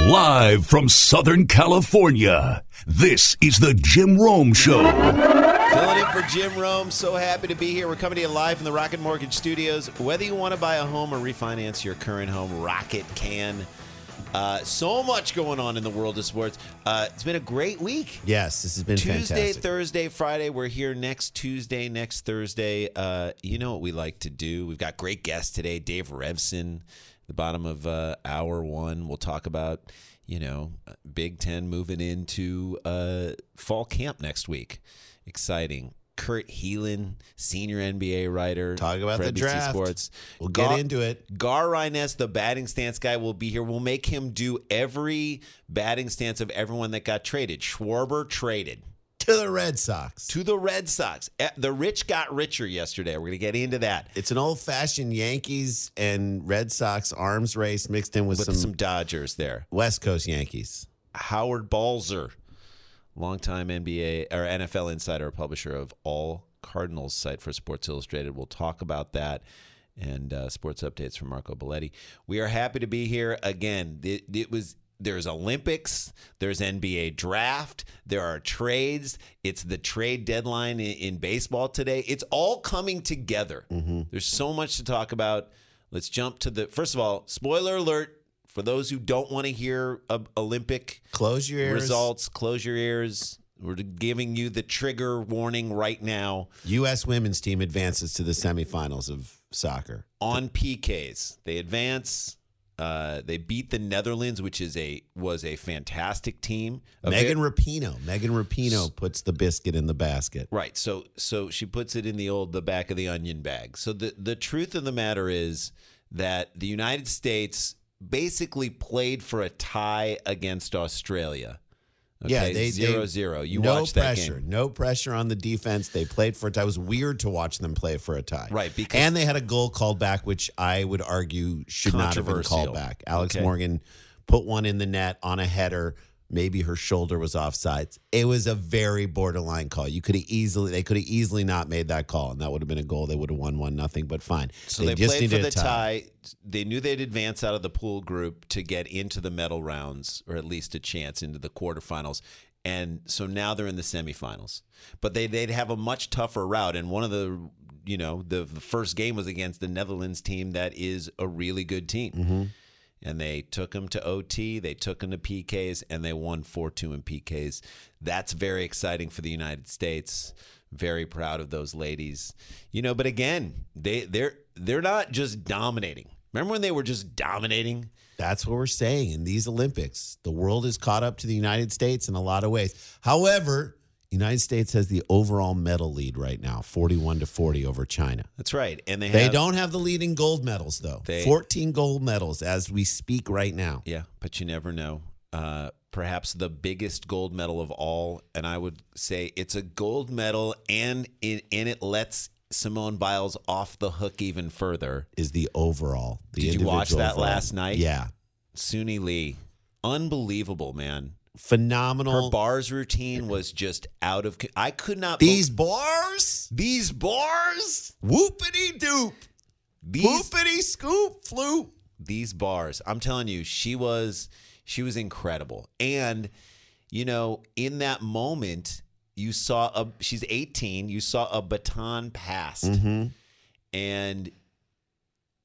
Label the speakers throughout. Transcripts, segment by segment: Speaker 1: Live from Southern California, this is the Jim Rome Show.
Speaker 2: Filling in for Jim Rome. So happy to be here. We're coming to you live from the Rocket Mortgage Studios. Whether you want to buy a home or refinance your current home, Rocket can. Uh, so much going on in the world of sports. Uh, it's been a great week.
Speaker 3: Yes, this has been
Speaker 2: Tuesday,
Speaker 3: fantastic.
Speaker 2: Thursday, Friday. We're here next Tuesday, next Thursday. Uh, you know what we like to do. We've got great guests today. Dave Revson, the bottom of uh, hour one. We'll talk about you know Big Ten moving into uh, fall camp next week. Exciting. Kurt Heelan, senior NBA writer.
Speaker 3: Talk about
Speaker 2: for
Speaker 3: the
Speaker 2: NBC
Speaker 3: draft.
Speaker 2: Sports.
Speaker 3: We'll get
Speaker 2: Gar-
Speaker 3: into it.
Speaker 2: Gar Rines, the batting stance guy, will be here. We'll make him do every batting stance of everyone that got traded. Schwarber traded
Speaker 3: to the Red Sox.
Speaker 2: to the Red Sox. Eh, The rich got richer yesterday. We're going to get into that.
Speaker 3: It's an old-fashioned Yankees and Red Sox arms race mixed in with,
Speaker 2: With
Speaker 3: some,
Speaker 2: some, Dodgers there.
Speaker 3: West Coast Yankees.
Speaker 2: Howard Balzer, longtime NBA or NFL insider, publisher of All Cardinals site for Sports Illustrated. We'll talk about that and uh, sports updates from Marco Belletti. We are happy to be here again. It, it was there's Olympics, there's NBA draft, there are trades. It's the trade deadline in, in baseball today. It's all coming together. There's so much to talk about. Let's jump to the first of all. Spoiler alert for those who don't want to hear uh, Olympic
Speaker 3: Close your ears.
Speaker 2: results. Close your ears. We're giving you the trigger warning right now
Speaker 3: U.S. women's team advances to the semifinals of soccer.
Speaker 2: on PKs. They advance. Uh, they beat the Netherlands, which is a was a fantastic team. A
Speaker 3: Megan
Speaker 2: ver-
Speaker 3: Rapinoe. Megan Rapinoe puts the biscuit in the basket.
Speaker 2: right? So so she puts it in the old the back of the onion bag. So the the truth of the matter is that the United States basically played for a tie against Australia.
Speaker 3: yeah,
Speaker 2: Okay,
Speaker 3: they they-
Speaker 2: zero zero. You
Speaker 3: no
Speaker 2: watched that
Speaker 3: pressure,
Speaker 2: game.
Speaker 3: no pressure on the defense. They played for a tie. It was weird to watch them play for a tie,
Speaker 2: Right, because-
Speaker 3: and they had a goal called back, which I would argue should not have been
Speaker 2: Controversial.
Speaker 3: called back. Alex
Speaker 2: Okay.
Speaker 3: Morgan put one in the net on a header. Maybe her shoulder was offsides. It was a very borderline call. You could have easily, they could have easily not made that call, and that would have been a goal. They would have won one nothing, but fine.
Speaker 2: So they,
Speaker 3: just
Speaker 2: played for
Speaker 3: needed
Speaker 2: the
Speaker 3: a tie.
Speaker 2: tie. They knew they'd advance out of the pool group to get into the medal rounds, or at least a chance into the quarterfinals. And so now they're in the semifinals. But they they'd have a much tougher route. And one of the you know the, the first game was against the Netherlands team that is a really good team.
Speaker 3: Mm-hmm.
Speaker 2: And they took them to OT, they took them to PKs, and they won 4 2 in PKs. That's very exciting for the United States. Very proud of those ladies. You know, but again, they, they're, they're not just dominating. Remember when they were just dominating?
Speaker 3: That's what we're saying in these Olympics. The world is caught up to the United States in a lot of ways. However, United States has the overall medal lead right now, 41 to 40 over China.
Speaker 2: That's right. And they,
Speaker 3: They
Speaker 2: have-
Speaker 3: don't have the lead in gold medals though.
Speaker 2: They-
Speaker 3: 14 gold medals as we speak right now.
Speaker 2: Yeah, but you never know. Uh, perhaps the biggest gold medal of all, and I would say it's a gold medal, and it, and it lets Simone Biles off the hook even further.
Speaker 3: Is the overall. The
Speaker 2: Did you watch
Speaker 3: individual
Speaker 2: that
Speaker 3: overall.
Speaker 2: last night?
Speaker 3: Yeah.
Speaker 2: Suni Lee, unbelievable man. Her
Speaker 3: Phenomenal.
Speaker 2: bars routine was just out of. c- I could not.
Speaker 3: these bars?
Speaker 2: these bars.
Speaker 3: Whoopity doop.
Speaker 2: These
Speaker 3: Whoopity scoop floop.
Speaker 2: these bars. I'm telling you, she was she was incredible. And you know, in that moment, you saw a she's 18. You saw a baton passed,
Speaker 3: Mm-hmm.
Speaker 2: and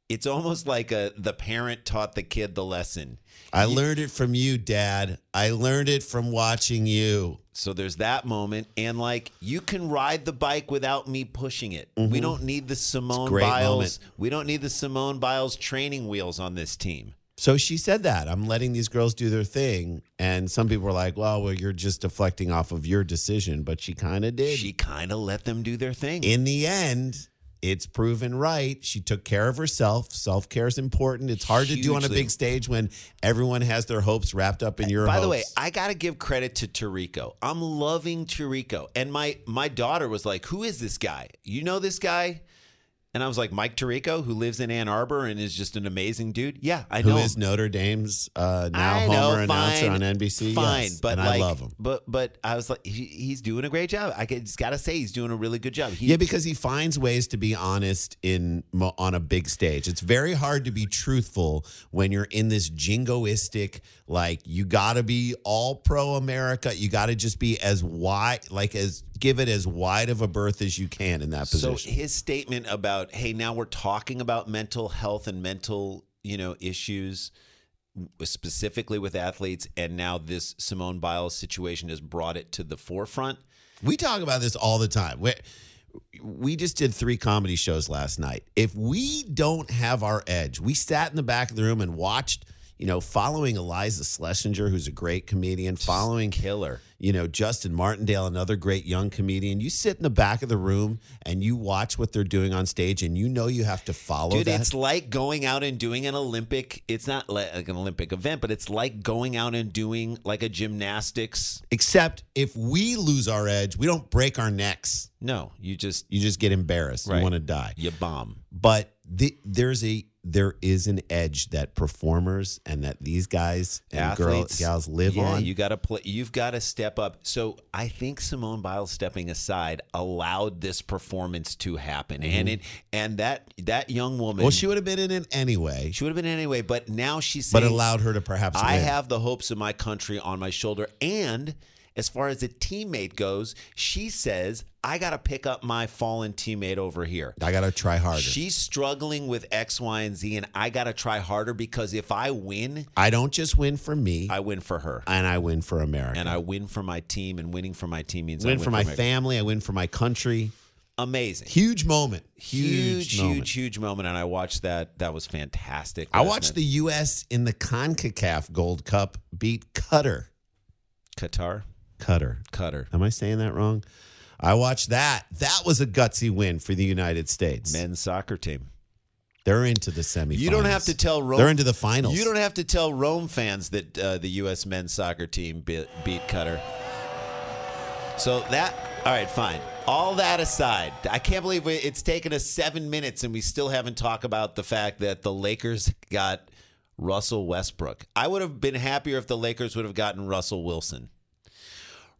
Speaker 2: it's almost like a the parent taught the kid the lesson.
Speaker 3: I learned it from you, Dad. I learned it from watching you.
Speaker 2: So there's that moment, and like you can ride the bike without me pushing it. We don't need the Simone
Speaker 3: Mm-hmm. great
Speaker 2: Biles. We don't need the Simone Biles training wheels on this team.
Speaker 3: So she said that I'm letting these girls do their thing, and some people were like, "Well, well, you're just deflecting off of your decision," but she kind of did.
Speaker 2: She kind of let them do their thing.
Speaker 3: In the end, it's proven right. She took care of herself. Self care is important. It's hard to do on a
Speaker 2: Hugely.
Speaker 3: big stage when everyone has their hopes wrapped up in your.
Speaker 2: By the way,
Speaker 3: hopes.
Speaker 2: I gotta give credit to Tarico. I'm loving Tarico, and my my daughter was like, "Who is this guy? You know this guy?" And I was like, Mike Tirico, who lives in Ann Arbor and is just an amazing dude. Yeah, I
Speaker 3: Who
Speaker 2: know.
Speaker 3: is Notre Dame's uh, now
Speaker 2: I
Speaker 3: Homer
Speaker 2: know,
Speaker 3: announcer
Speaker 2: fine,
Speaker 3: on NBC?
Speaker 2: Fine,
Speaker 3: Yes,
Speaker 2: but
Speaker 3: and
Speaker 2: like,
Speaker 3: I love him.
Speaker 2: But but I was like, he, he's doing a great job. I could- just gotta say, he's doing a really good job. He,
Speaker 3: Yeah, because he finds ways to be honest in mo- on a big stage. It's very hard to be truthful when you're in this jingoistic like you got to be all pro America. You got to just be as wide like as give it as wide of a berth as you can in that
Speaker 2: so
Speaker 3: position.
Speaker 2: his statement about, hey, now we're talking about mental health and mental, you know, issues specifically with athletes, and now this Simone Biles situation has brought it to the forefront.
Speaker 3: We talk about this all the time. We, we just did three comedy shows last night. If we don't have our edge, we sat in the back of the room and watched, you know, following Eliza Schlesinger, who's a great comedian, following Killer, you know, Justin Martindale, another great young comedian. You sit in the back of the room and you watch what they're doing on stage and you know you have to follow
Speaker 2: Dude,
Speaker 3: that.
Speaker 2: it's like going out and doing an Olympic. It's not li- like an Olympic event, but it's like going out and doing like a gymnastics.
Speaker 3: Except if we lose our edge, we don't break our necks.
Speaker 2: No, you just
Speaker 3: You just get embarrassed.
Speaker 2: Right.
Speaker 3: You want to die.
Speaker 2: you bomb.
Speaker 3: but the, there's a there is an edge that performers and that these guys and girls
Speaker 2: Athletes.
Speaker 3: gals live
Speaker 2: yeah,
Speaker 3: on.
Speaker 2: you got to play. You've got to step up. So I think Simone Biles stepping aside allowed this performance to happen, and it and that that young woman.
Speaker 3: Mm-hmm. well, she would have been in it anyway,
Speaker 2: she would have been anyway, but now she's
Speaker 3: but
Speaker 2: saying,
Speaker 3: allowed her to perhaps.
Speaker 2: I
Speaker 3: win.
Speaker 2: have the hopes of my country on my shoulder. And as far as a teammate goes, she says, I got to pick up my fallen teammate over here.
Speaker 3: I got to try harder.
Speaker 2: She's struggling with X, Y, and Z, and I got to try harder because if I win,
Speaker 3: I don't just win for me,
Speaker 2: I win for her.
Speaker 3: and I win for America.
Speaker 2: And I win for my team, and winning for my team means I
Speaker 3: win for my
Speaker 2: America.
Speaker 3: family. I win for my country.
Speaker 2: Amazing.
Speaker 3: Huge moment.
Speaker 2: Huge, huge,
Speaker 3: moment.
Speaker 2: huge, moment. And I watched that. That was fantastic.
Speaker 3: I
Speaker 2: last
Speaker 3: watched the
Speaker 2: night.
Speaker 3: U.S. in the Concacaf Gold Cup beat Qatar.
Speaker 2: Qatar
Speaker 3: Qatar.
Speaker 2: Qatar
Speaker 3: Am I saying that wrong? I watched that. That was a gutsy win for the United States.
Speaker 2: men's soccer team.
Speaker 3: They're into the semifinals.
Speaker 2: You don't have to tell Rome.
Speaker 3: They're into the finals.
Speaker 2: You don't have to tell Rome fans that uh, the U.S. men's soccer team beat, beat Qatar. So that, all right, fine. All that aside, I can't believe we, it's taken us seven minutes and we still haven't talked about the fact that the Lakers got Russell Westbrook. I would have been happier if the Lakers would have gotten Russell Wilson.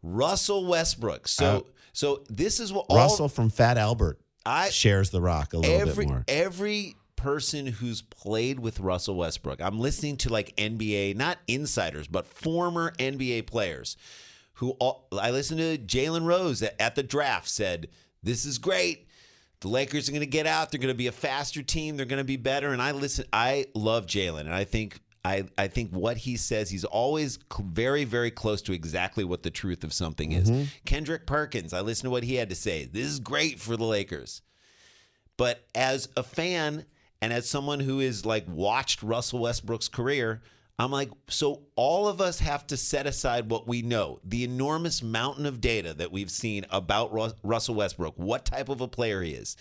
Speaker 2: Russell Westbrook. So,
Speaker 3: Uh,
Speaker 2: so this is what all
Speaker 3: Russell from Fat Albert
Speaker 2: I
Speaker 3: shares the rock a little
Speaker 2: every
Speaker 3: bit more.
Speaker 2: every person who's played with Russell Westbrook. I'm listening to like NBA, not insiders, but former NBA players who all, I listened to Jalen Rose at, at the draft said, "This is great. The Lakers are going to get out. They're going to be a faster team. They're going to be better." And I listen. I love Jalen, and I think. I, I think what he says, he's always cl- very, very close to exactly what the truth of something
Speaker 3: Mm-hmm.
Speaker 2: is. Kendrick Perkins, I listened to what he had to say. This is great for the Lakers. But as a fan and as someone who is like watched Russell Westbrook's career, I'm like, so all of us have to set aside what we know, the enormous mountain of data that we've seen about Rus- Russell Westbrook, what type of a player he is.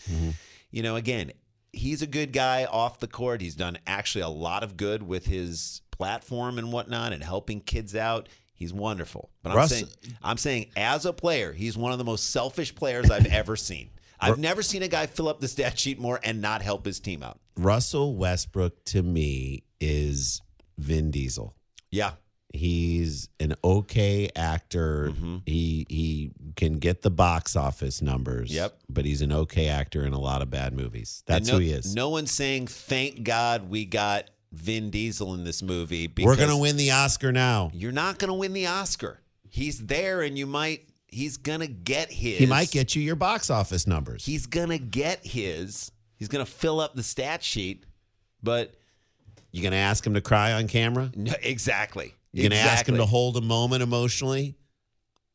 Speaker 2: You know, again, he's a good guy off the court. He's done actually a lot of good with his platform and whatnot and helping kids out. He's wonderful. But I'm
Speaker 3: Russ-
Speaker 2: saying I'm saying as a player, he's one of the most selfish players I've ever seen. I've never seen a guy fill up the stat sheet more and not help his team out.
Speaker 3: Russell Westbrook to me is Vin Diesel.
Speaker 2: Yeah.
Speaker 3: He's an okay actor.
Speaker 2: Mm-hmm.
Speaker 3: He he can get the box office numbers.
Speaker 2: Yep.
Speaker 3: But he's an okay actor in a lot of bad movies.
Speaker 2: And
Speaker 3: That's
Speaker 2: no,
Speaker 3: who he is.
Speaker 2: No one's saying, thank God we got Vin Diesel in this movie because
Speaker 3: We're gonna win the Oscar now.
Speaker 2: You're not going to win the Oscar. He's there and you might, he's going to get his.
Speaker 3: He might get you your box office numbers.
Speaker 2: He's going to get his. He's going to fill up the stat sheet, but
Speaker 3: you gonna ask him to cry on camera?
Speaker 2: no, exactly.
Speaker 3: You're gonna ask
Speaker 2: Exactly.
Speaker 3: him to hold a moment emotionally.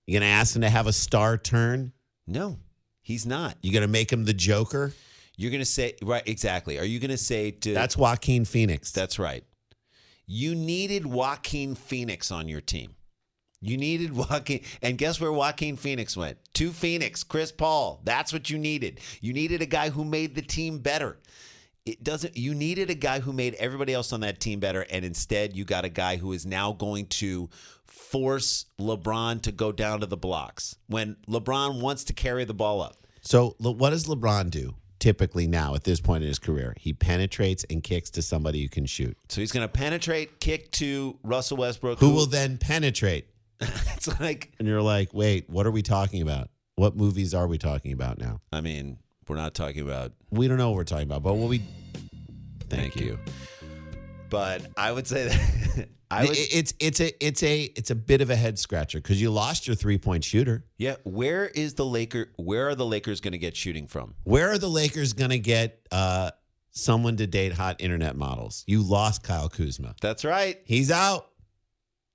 Speaker 3: You're gonna ask him to have a star turn.
Speaker 2: No, he's not.
Speaker 3: You're gonna make him the Joker.
Speaker 2: You're gonna say right exactly. Are you gonna say to
Speaker 3: That's Joaquin Phoenix.
Speaker 2: that's right? You needed Joaquin Phoenix on your team. You needed Joaquin, and guess where Joaquin Phoenix went? To Phoenix, Chris Paul. That's what you needed. You needed a guy who made the team better. It doesn't. You needed a guy who made everybody else on that team better, and instead you got a guy who is now going to force LeBron to go down to the blocks when LeBron wants to carry the ball up.
Speaker 3: so Le- what does LeBron do? typically now at this point in his career. He penetrates and kicks to somebody who can shoot,
Speaker 2: So he's going to penetrate, kick to Russell Westbrook.
Speaker 3: who will then penetrate.
Speaker 2: It's like,
Speaker 3: And you're like, wait, what are we talking about? What movies are we talking about now?
Speaker 2: I mean, we're not talking about
Speaker 3: We don't know what we're talking about, but what we.
Speaker 2: thank, you. but I would say that I
Speaker 3: It-
Speaker 2: would.
Speaker 3: it's it's a it's a it's a bit of a head scratcher because you lost your three point shooter.
Speaker 2: yeah, where is the Laker? Where are the Lakers going to get shooting from?
Speaker 3: Where are the Lakers going to get uh, someone to date hot internet models? You lost Kyle Kuzma.
Speaker 2: That's right.
Speaker 3: He's out.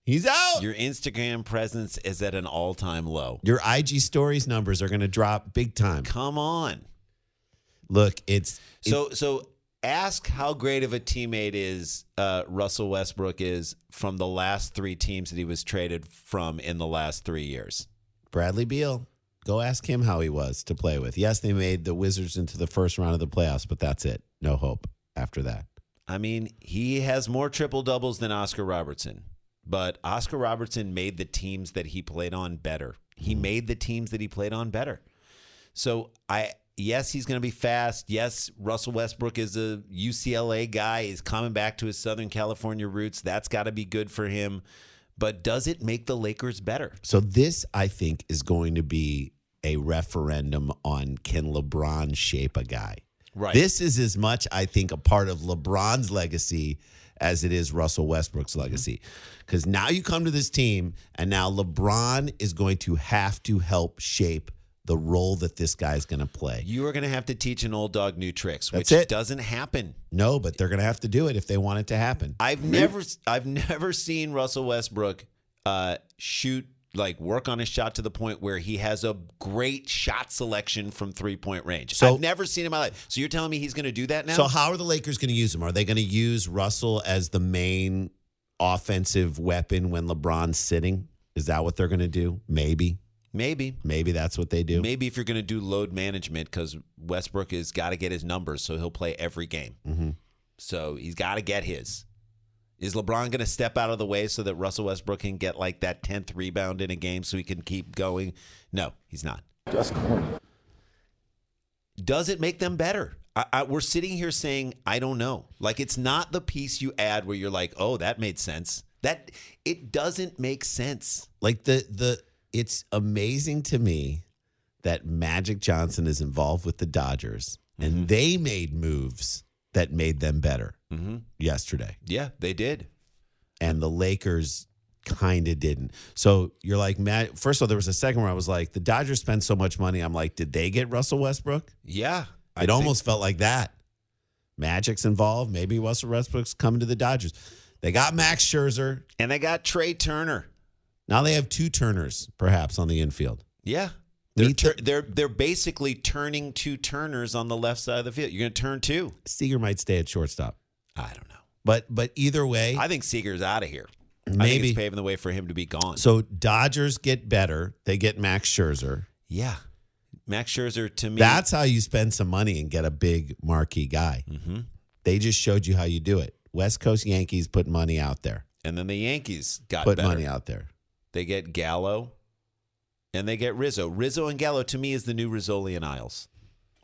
Speaker 3: He's out.
Speaker 2: Oh. Your
Speaker 3: Your,
Speaker 2: Instagram presence is at an all-time low.
Speaker 3: IG stories numbers are going to drop big time.
Speaker 2: Come on.
Speaker 3: Look, it's it-
Speaker 2: So so ask how great of a teammate is uh, Russell Westbrook is from the last three teams that he was traded from in the last three years.
Speaker 3: Bradley Beal. Go ask him how he was to play with. Yes, they made the Wizards into the first round of the playoffs, but that's it. No hope after that.
Speaker 2: I mean, he has more triple doubles than Oscar Robertson, but Oscar Robertson made the teams that he played on better.
Speaker 3: Mm-hmm.
Speaker 2: He made the teams that he played on better. So I yes, he's going to be fast. Yes, Russell Westbrook is a UCLA guy. He's coming back to his Southern California roots. That's got to be good for him. But does it make the Lakers better?
Speaker 3: So this, I think, is going to be a referendum on can LeBron shape a guy.
Speaker 2: Right.
Speaker 3: This is as much, I think, a part of LeBron's legacy as it is Russell
Speaker 2: Mm-hmm.
Speaker 3: Westbrook's legacy. Because now you come to this team, and now LeBron is going to have to help shape the role that this guy is going to play.
Speaker 2: you are going to have to teach an old dog new tricks,
Speaker 3: That's
Speaker 2: which
Speaker 3: it.
Speaker 2: doesn't happen.
Speaker 3: No, but they're going to have to do it if they want it to happen.
Speaker 2: I've never I've never seen Russell Westbrook uh, shoot like work on his shot to the point where he has a great shot selection from three point range.
Speaker 3: So-
Speaker 2: I've never seen him in my life. So you're telling me he's going to do that now?
Speaker 3: So how are the Lakers going to use him? Are they going to use Russell as the main offensive weapon when LeBron's sitting? Is that what they're going to do? Maybe.
Speaker 2: maybe.
Speaker 3: Maybe that's what they do.
Speaker 2: Maybe if you're going to do load management, because Westbrook has got to get his numbers, so he'll play every game.
Speaker 3: Mhm.
Speaker 2: So he's got to get his. Is LeBron going to step out of the way so that Russell Westbrook can get like that 10th rebound in a game so he can keep going? No, he's not.
Speaker 4: That's corny.
Speaker 2: does it make them better? I, I, we're sitting here saying I don't know. Like it's not the piece you add where you're like, oh, that made sense. That it doesn't make sense.
Speaker 3: Like the the it's amazing to me that Magic Johnson is involved with the Dodgers and they made moves that made them better
Speaker 2: Mm-hmm.
Speaker 3: yesterday.
Speaker 2: Yeah, they did.
Speaker 3: and the Lakers kind of didn't. So you're like, Matt, first of all, there was a second where I was like, the Dodgers spent so much money. I'm like, did they get Russell Westbrook?
Speaker 2: Yeah,
Speaker 3: It almost felt like that. Magic's involved. Maybe Russell Westbrook's coming to the Dodgers. They got Max Scherzer.
Speaker 2: and they got Trey Turner.
Speaker 3: Now they have two Turners, perhaps, on the infield.
Speaker 2: Yeah, they're
Speaker 3: Me too.
Speaker 2: tur- they're they're basically turning two Turners on the left side of the field. You're going to turn two.
Speaker 3: Seager might stay at shortstop.
Speaker 2: I don't know.
Speaker 3: But but either way,
Speaker 2: I think Seager's out of here. I think
Speaker 3: maybe.
Speaker 2: it's paving the way for him to be gone.
Speaker 3: so Dodgers get better. They get Max Scherzer.
Speaker 2: yeah, Max Scherzer to me.
Speaker 3: That's how you spend some money and get a big marquee guy.
Speaker 2: hmm
Speaker 3: They just showed you how you do it. West Coast Yankees put money out there.
Speaker 2: and then the Yankees got
Speaker 3: put
Speaker 2: better.
Speaker 3: money out there.
Speaker 2: They get Gallo, and they get Rizzo. Rizzo and Gallo to me is the new Rizzoli and Isles.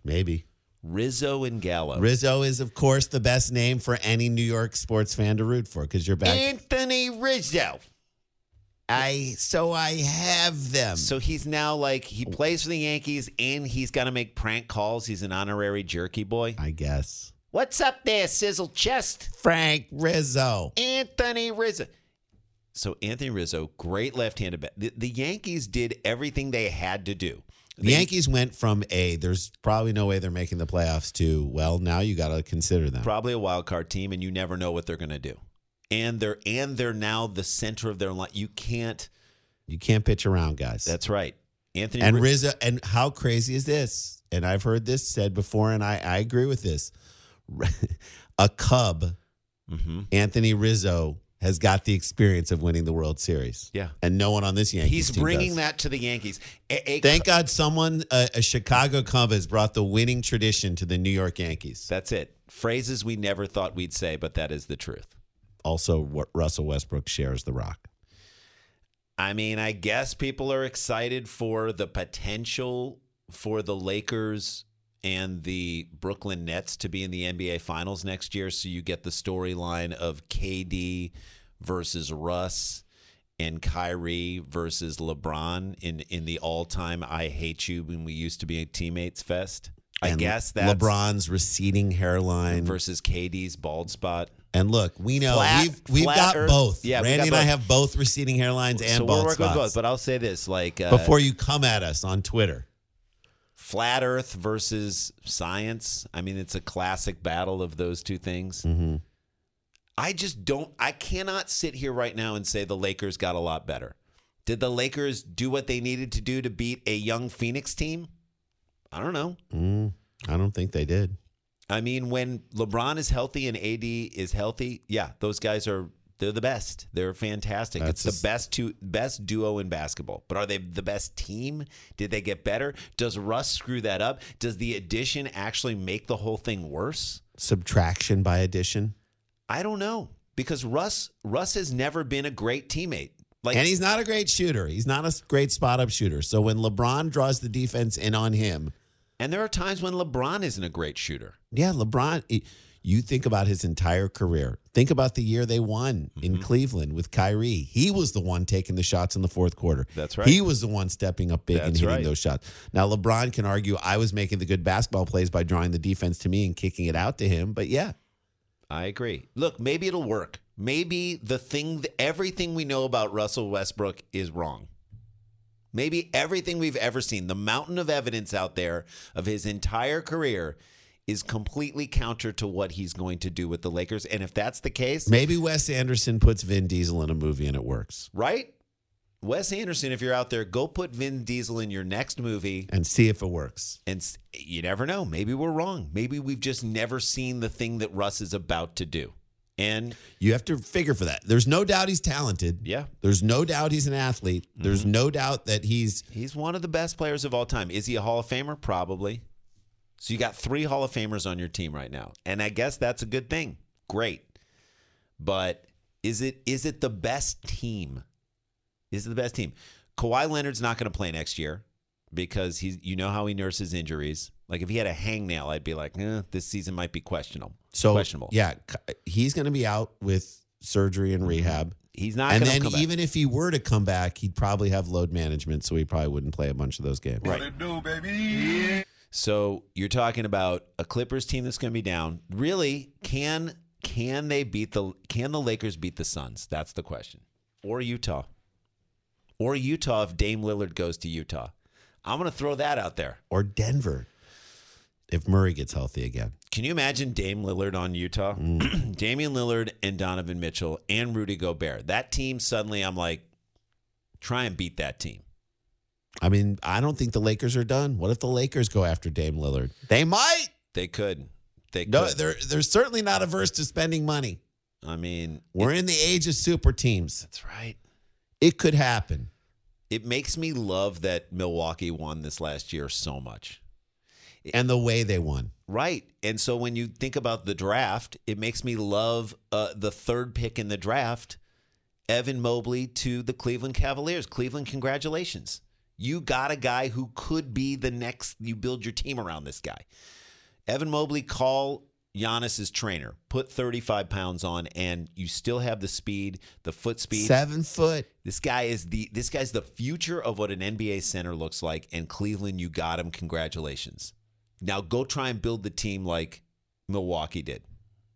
Speaker 3: Maybe.
Speaker 2: Rizzo and Gallo.
Speaker 3: Rizzo is, of course, the best name for any New York sports fan to root for because you're back.
Speaker 2: Anthony Rizzo.
Speaker 3: I so I have them.
Speaker 2: So he's now like he plays for the Yankees and he's got to make prank calls. He's an honorary jerky boy.
Speaker 3: I guess
Speaker 2: What's up there, Sizzle Chest?
Speaker 3: Frank Rizzo.
Speaker 2: Anthony Rizzo. So Anthony Rizzo, great left-handed bat. The, the Yankees did everything they had to do.
Speaker 3: The Yankees went from a there's probably no way they're making the playoffs to well now you got to consider them.
Speaker 2: probably a wild card team, and you never know what they're going to do. And they're and they're now the center of their line. You can't.
Speaker 3: You can't pitch around, guys.
Speaker 2: That's right, Anthony.
Speaker 3: and
Speaker 2: Ri-
Speaker 3: Rizzo. And how crazy is this? And I've heard this said before, and I, I agree with this. a Cub,
Speaker 2: Mhm.
Speaker 3: Anthony Rizzo, has got the experience of winning the World Series.
Speaker 2: Yeah.
Speaker 3: and no one on this Yankees
Speaker 2: he's
Speaker 3: team
Speaker 2: bringing
Speaker 3: does.
Speaker 2: that to the Yankees. A- a-
Speaker 3: Thank God, someone a, a Chicago Cub has brought the winning tradition to the New York Yankees.
Speaker 2: That's it. Phrases we never thought we'd say, but that is the truth.
Speaker 3: Also, what Russell Westbrook shares the rock.
Speaker 2: I mean, I guess people are excited for the potential for the Lakers and the Brooklyn Nets to be in the NBA Finals next year. So you get the storyline of KD versus Russ and Kyrie versus LeBron in in the all time I hate you when we used to be teammates fest. I
Speaker 3: And
Speaker 2: guess that's
Speaker 3: LeBron's receding hairline.
Speaker 2: versus KD's bald spot.
Speaker 3: And look, we know
Speaker 2: Flat-
Speaker 3: we've we've
Speaker 2: flat
Speaker 3: got
Speaker 2: earth-
Speaker 3: both.
Speaker 2: yeah, we
Speaker 3: Randy
Speaker 2: got
Speaker 3: and I
Speaker 2: both.
Speaker 3: have both receding hairlines and
Speaker 2: so we're
Speaker 3: bald
Speaker 2: working with
Speaker 3: spots.
Speaker 2: both, but I'll say this: like uh,
Speaker 3: Before you come at us on Twitter,
Speaker 2: flat Earth versus science. I mean, it's a classic battle of those two things. I just don't. I cannot sit here right now and say the Lakers got a lot better. Did the Lakers do what they needed to do to beat a young Phoenix team? I don't know.
Speaker 3: Mm, I don't think they did.
Speaker 2: I mean, when LeBron is healthy and AD is healthy, yeah, those guys are they're the best. They're fantastic. it's
Speaker 3: That's just-
Speaker 2: the best two best duo in basketball. But are they the best team? Did they get better? Does Russ screw that up? Does the addition actually make the whole thing worse?
Speaker 3: Subtraction by addition,
Speaker 2: I don't know because Russ Russ has never been a great teammate. Like
Speaker 3: and he's not a great shooter. He's not a great spot up shooter. So when LeBron draws the defense in on him,
Speaker 2: and there are times when LeBron isn't a great shooter.
Speaker 3: yeah, LeBron. i- you think about his entire career. Think about the year they won in
Speaker 2: Mm-hmm.
Speaker 3: Cleveland with Kyrie. He was the one taking the shots in the fourth quarter.
Speaker 2: That's right.
Speaker 3: He was the one stepping up big and
Speaker 2: That's
Speaker 3: hitting
Speaker 2: right.
Speaker 3: those shots. Now LeBron can argue I was making the good basketball plays by drawing the defense to me and kicking it out to him. But yeah,
Speaker 2: I agree. Look, maybe it'll work. Maybe the thing, everything we know about Russell Westbrook is wrong. Maybe everything we've ever seen, the mountain of evidence out there of his entire career, is completely counter to what he's going to do with the Lakers. And if that's the case,
Speaker 3: maybe Wes Anderson puts Vin Diesel in a movie and it works.
Speaker 2: right? Wes Anderson, if you're out there, go put Vin Diesel in your next movie.
Speaker 3: and see if it works.
Speaker 2: And s- you never know. Maybe we're wrong. Maybe we've just never seen the thing that Russ is about to do. And
Speaker 3: You have to figure for that. There's no doubt he's talented.
Speaker 2: yeah,
Speaker 3: There's no doubt he's an athlete. There's
Speaker 2: Mm-hmm.
Speaker 3: no doubt that he's
Speaker 2: He's one of the best players of all time. Is he a Hall of Famer? Probably. So you got three Hall of Famers on your team right now. And I guess that's a good thing. Great. But is it is it the best team? Is it the best team? Kawhi Leonard's not going to play next year because he's you know how he nurses injuries. Like if he had a hangnail, I'd be like, eh, this season might be questionable.
Speaker 3: so
Speaker 2: questionable.
Speaker 3: Yeah, c- he's going to be out with surgery and rehab.
Speaker 2: He's not
Speaker 3: and
Speaker 2: going to
Speaker 3: then
Speaker 2: come back.
Speaker 3: even if he were to come back, he'd probably have load management, so he probably wouldn't play a bunch of those games.
Speaker 2: Right. So you're talking about a Clippers team that's going to be down. Really, can can they beat the can the Lakers beat the Suns? That's the question. Or Utah. Or Utah if Dame Lillard goes to Utah. I'm going to throw that out there.
Speaker 3: Or Denver, if Murray gets healthy again.
Speaker 2: Can you imagine Dame Lillard on Utah?
Speaker 3: Mm.
Speaker 2: Damian Lillard and Donovan Mitchell and Rudy Gobert. That team suddenly I'm like try and beat that team.
Speaker 3: I mean, I don't think the Lakers are done. What if the Lakers go after Dame Lillard? They might.
Speaker 2: They could. They could.
Speaker 3: No, they're they're certainly not averse to spending money.
Speaker 2: I mean,
Speaker 3: We're in the age of super teams.
Speaker 2: that's right.
Speaker 3: It could happen.
Speaker 2: It makes me love that Milwaukee won this last year so much.
Speaker 3: And the way they won.
Speaker 2: Right. And so when you think about the draft, it makes me love uh, the third pick in the draft, Evan Mobley to the Cleveland Cavaliers. Cleveland, congratulations. You got a guy who could be the next, you build your team around this guy. Evan Mobley, call Giannis's trainer, put 35 pounds on, and you still have the speed, the foot speed.
Speaker 3: Seven foot.
Speaker 2: This guy is the this guy's the future of what an NBA center looks like. And Cleveland, you got him. Congratulations. Now go try and build the team like Milwaukee did.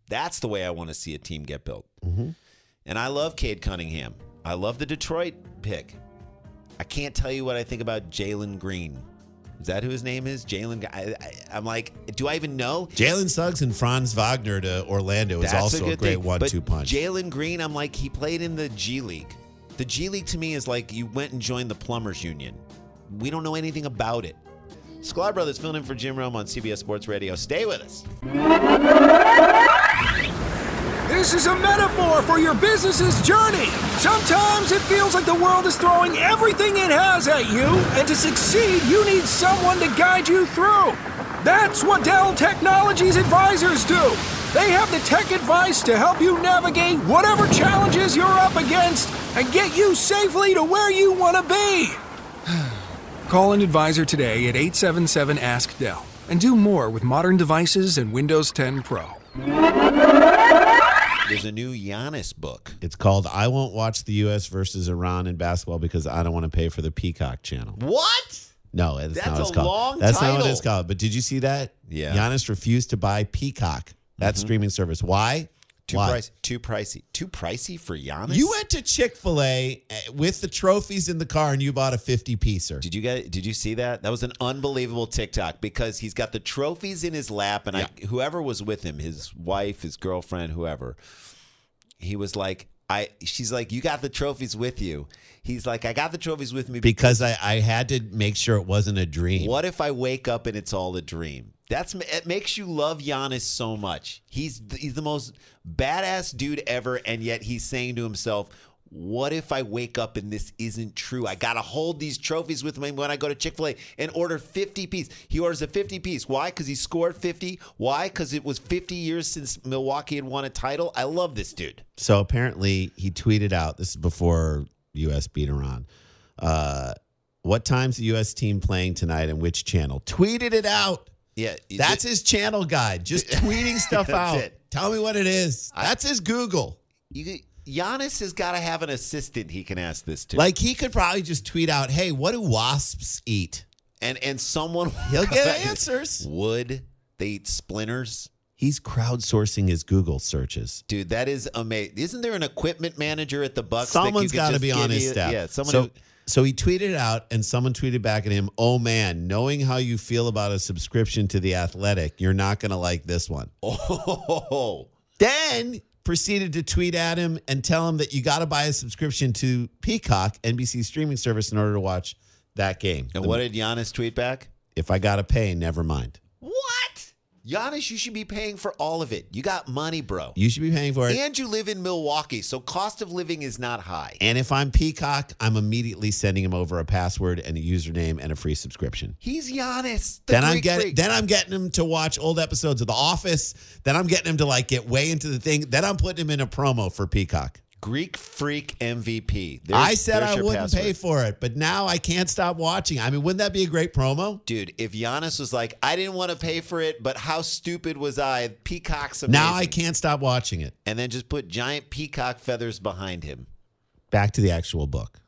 Speaker 2: That's the way I want to see a team get built. And I love Cade Cunningham. I love the Detroit pick. I can't tell you what I think about Jalen Green. Is that who his name is? Jalen. I, I, I'm like, do I even know?
Speaker 3: Jalen Suggs and Franz Wagner to Orlando is also a,
Speaker 2: good
Speaker 3: great
Speaker 2: thing.
Speaker 3: one
Speaker 2: But
Speaker 3: two punch.
Speaker 2: Jalen Green, I'm like, he played in the G League. The G League to me is like you went and joined the plumbers union. We don't know anything about it. Sklar Brothers filling in for Jim Rome on CBS Sports Radio. Stay with us.
Speaker 4: This is a metaphor for your business's journey. Sometimes it feels like the world is throwing everything it has at you, and to succeed, you need someone to guide you through. That's what Dell Technologies advisors do. They have the tech advice to help you navigate whatever challenges you're up against and get you safely to where you want to be. Call an advisor today at 877 Ask Dell. and do more with modern devices and Windows 10 Pro.
Speaker 2: There's a new Giannis book.
Speaker 3: It's called I Won't Watch the US versus Iran in basketball because I don't want to pay for the Peacock channel.
Speaker 2: What?
Speaker 3: No, that's,
Speaker 2: That's
Speaker 3: not what it's
Speaker 2: a
Speaker 3: called.
Speaker 2: long
Speaker 3: that's not what
Speaker 2: title.
Speaker 3: it's called. But did you see that?
Speaker 2: Yeah. Mm-hmm.
Speaker 3: Giannis refused to buy Peacock, that streaming service. Why?
Speaker 2: Too
Speaker 3: Why?
Speaker 2: pricey. Too pricey. Too pricey for Giannis.
Speaker 3: You went to Chick fil A with the trophies in the car and you bought a 50 piecer.
Speaker 2: Did you guys? Did you see that? That was an unbelievable TikTok because he's got the trophies in his lap, and I, whoever was with him, his wife, his girlfriend, whoever, he was like, "I." She's like, "You got the trophies with you." He's like, "I got the trophies with me."
Speaker 3: Because I, I had to make sure it wasn't a dream.
Speaker 2: What if I wake up and it's all a dream? That's it makes you love Giannis so much. He's th- he's the most badass dude ever, and yet he's saying to himself, "What if I wake up and this isn't true? I gotta hold these trophies with me when I go to Chick Fil A and order fifty piece. He orders a fifty piece. Why? Because he scored fifty. Why? Because it was fifty years since Milwaukee had won a title. I love this dude.
Speaker 3: So apparently he tweeted out this is before US beat Iran. Uh, what time's the US team playing tonight and which channel? Tweeted it out.
Speaker 2: Yeah,
Speaker 3: That's his channel guide. Just tweeting stuff
Speaker 2: That's
Speaker 3: out.
Speaker 2: it.
Speaker 3: Tell me what it is. That's his Google.
Speaker 2: you, Giannis has got to have an assistant he can ask this to,
Speaker 3: Like he could probably just tweet out, "Hey, what do wasps eat?"
Speaker 2: and and someone
Speaker 3: He'll get answers.
Speaker 2: wood. They eat splinters.
Speaker 3: He's crowdsourcing his Google searches.
Speaker 2: Dude, that is amazing. Isn't there an equipment manager at the Bucks? that you
Speaker 3: Someone's
Speaker 2: could
Speaker 3: got to
Speaker 2: just
Speaker 3: be on
Speaker 2: give
Speaker 3: his
Speaker 2: you-
Speaker 3: staff.
Speaker 2: Yeah, someone.
Speaker 3: So,
Speaker 2: who-
Speaker 3: so he tweeted it out, and someone tweeted back at him, "Oh man, knowing how you feel about a subscription to the Athletic, you're not going to like this one."
Speaker 2: oh,
Speaker 3: Then proceeded to tweet at him and tell him that you got to buy a subscription to Peacock, NBC streaming service, in order to watch that game.
Speaker 2: and what did Giannis tweet back?
Speaker 3: If I got to pay, never mind.
Speaker 2: What? Giannis, you should be paying for all of it. You got money, bro.
Speaker 3: You should be paying for it.
Speaker 2: and you live in Milwaukee, so cost of living is not high.
Speaker 3: And if I'm Peacock, I'm immediately sending him over a password and a username and a free subscription.
Speaker 2: He's Giannis. The
Speaker 3: then I'm
Speaker 2: Greek
Speaker 3: getting
Speaker 2: freak.
Speaker 3: then I'm getting him to watch old episodes of The Office. Then I'm getting him to like get way into the thing. Then I'm putting him in a promo for Peacock.
Speaker 2: Greek freak MVP.
Speaker 3: I said
Speaker 2: there's
Speaker 3: I
Speaker 2: your
Speaker 3: wouldn't pay
Speaker 2: password.
Speaker 3: for it, but now I can't stop watching. I mean, wouldn't that be a great promo?
Speaker 2: Dude, if Giannis was like, I didn't want to pay for it, but how stupid was I? Peacock's amazing.
Speaker 3: Now I can't stop watching it.
Speaker 2: And then just put giant peacock feathers behind him.
Speaker 3: Back to the actual book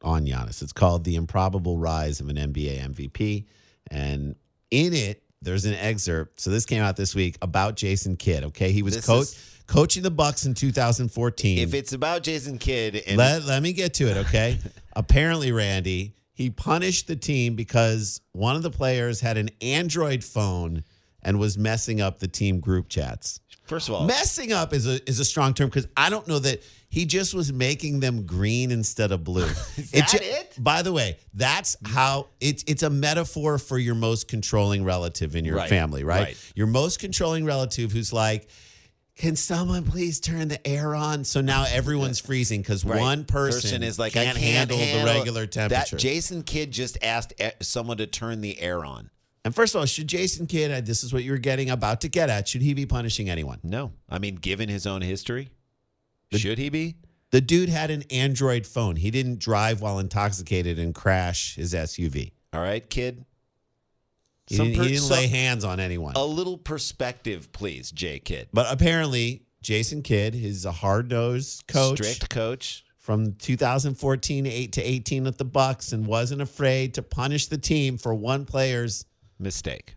Speaker 3: on Giannis. It's called The Improbable Rise of an NBA MVP. And in it, there's an excerpt. So this came out this week about Jason Kidd. Okay. He was
Speaker 2: This
Speaker 3: coach
Speaker 2: is-
Speaker 3: coaching the Bucks in 2014.
Speaker 2: If it's about Jason Kidd and
Speaker 3: Mm. let, let me get to it, okay? Apparently, Randy, he punished the team because one of the players had an Android phone and was messing up the team group chats.
Speaker 2: first of all,
Speaker 3: Messing up is a is a strong term because I don't know that he just was making them green instead of blue. is
Speaker 2: that it? Mm.
Speaker 3: By the way, that's how it's it's a metaphor for your most controlling relative in your
Speaker 2: Right,
Speaker 3: family, right?
Speaker 2: right.
Speaker 3: Your most controlling relative who's like, can someone please turn the air on? So now everyone's freezing because
Speaker 2: right,
Speaker 3: one person,
Speaker 2: is like, I
Speaker 3: can't,
Speaker 2: can't
Speaker 3: handle, the regular temperature.
Speaker 2: That Jason Kidd just asked e- someone to turn the air on.
Speaker 3: and first of all, should Jason Kidd, uh, this is what you were getting about to get at, should he be punishing anyone?
Speaker 2: No, I mean, given his own history, should he be?
Speaker 3: The dude had an Android phone. He didn't drive while intoxicated and crash his SUV.
Speaker 2: All right, Kidd.
Speaker 3: He
Speaker 2: Some
Speaker 3: didn't,
Speaker 2: per-
Speaker 3: he didn't lay
Speaker 2: some-
Speaker 3: hands on anyone.
Speaker 2: A little perspective, please, J. Kidd.
Speaker 3: But apparently, Jason Kidd is a hard nosed coach
Speaker 2: strict coach.
Speaker 3: from 2014 eight to 18 at the Bucks and wasn't afraid to punish the team for one player's
Speaker 2: Mistake.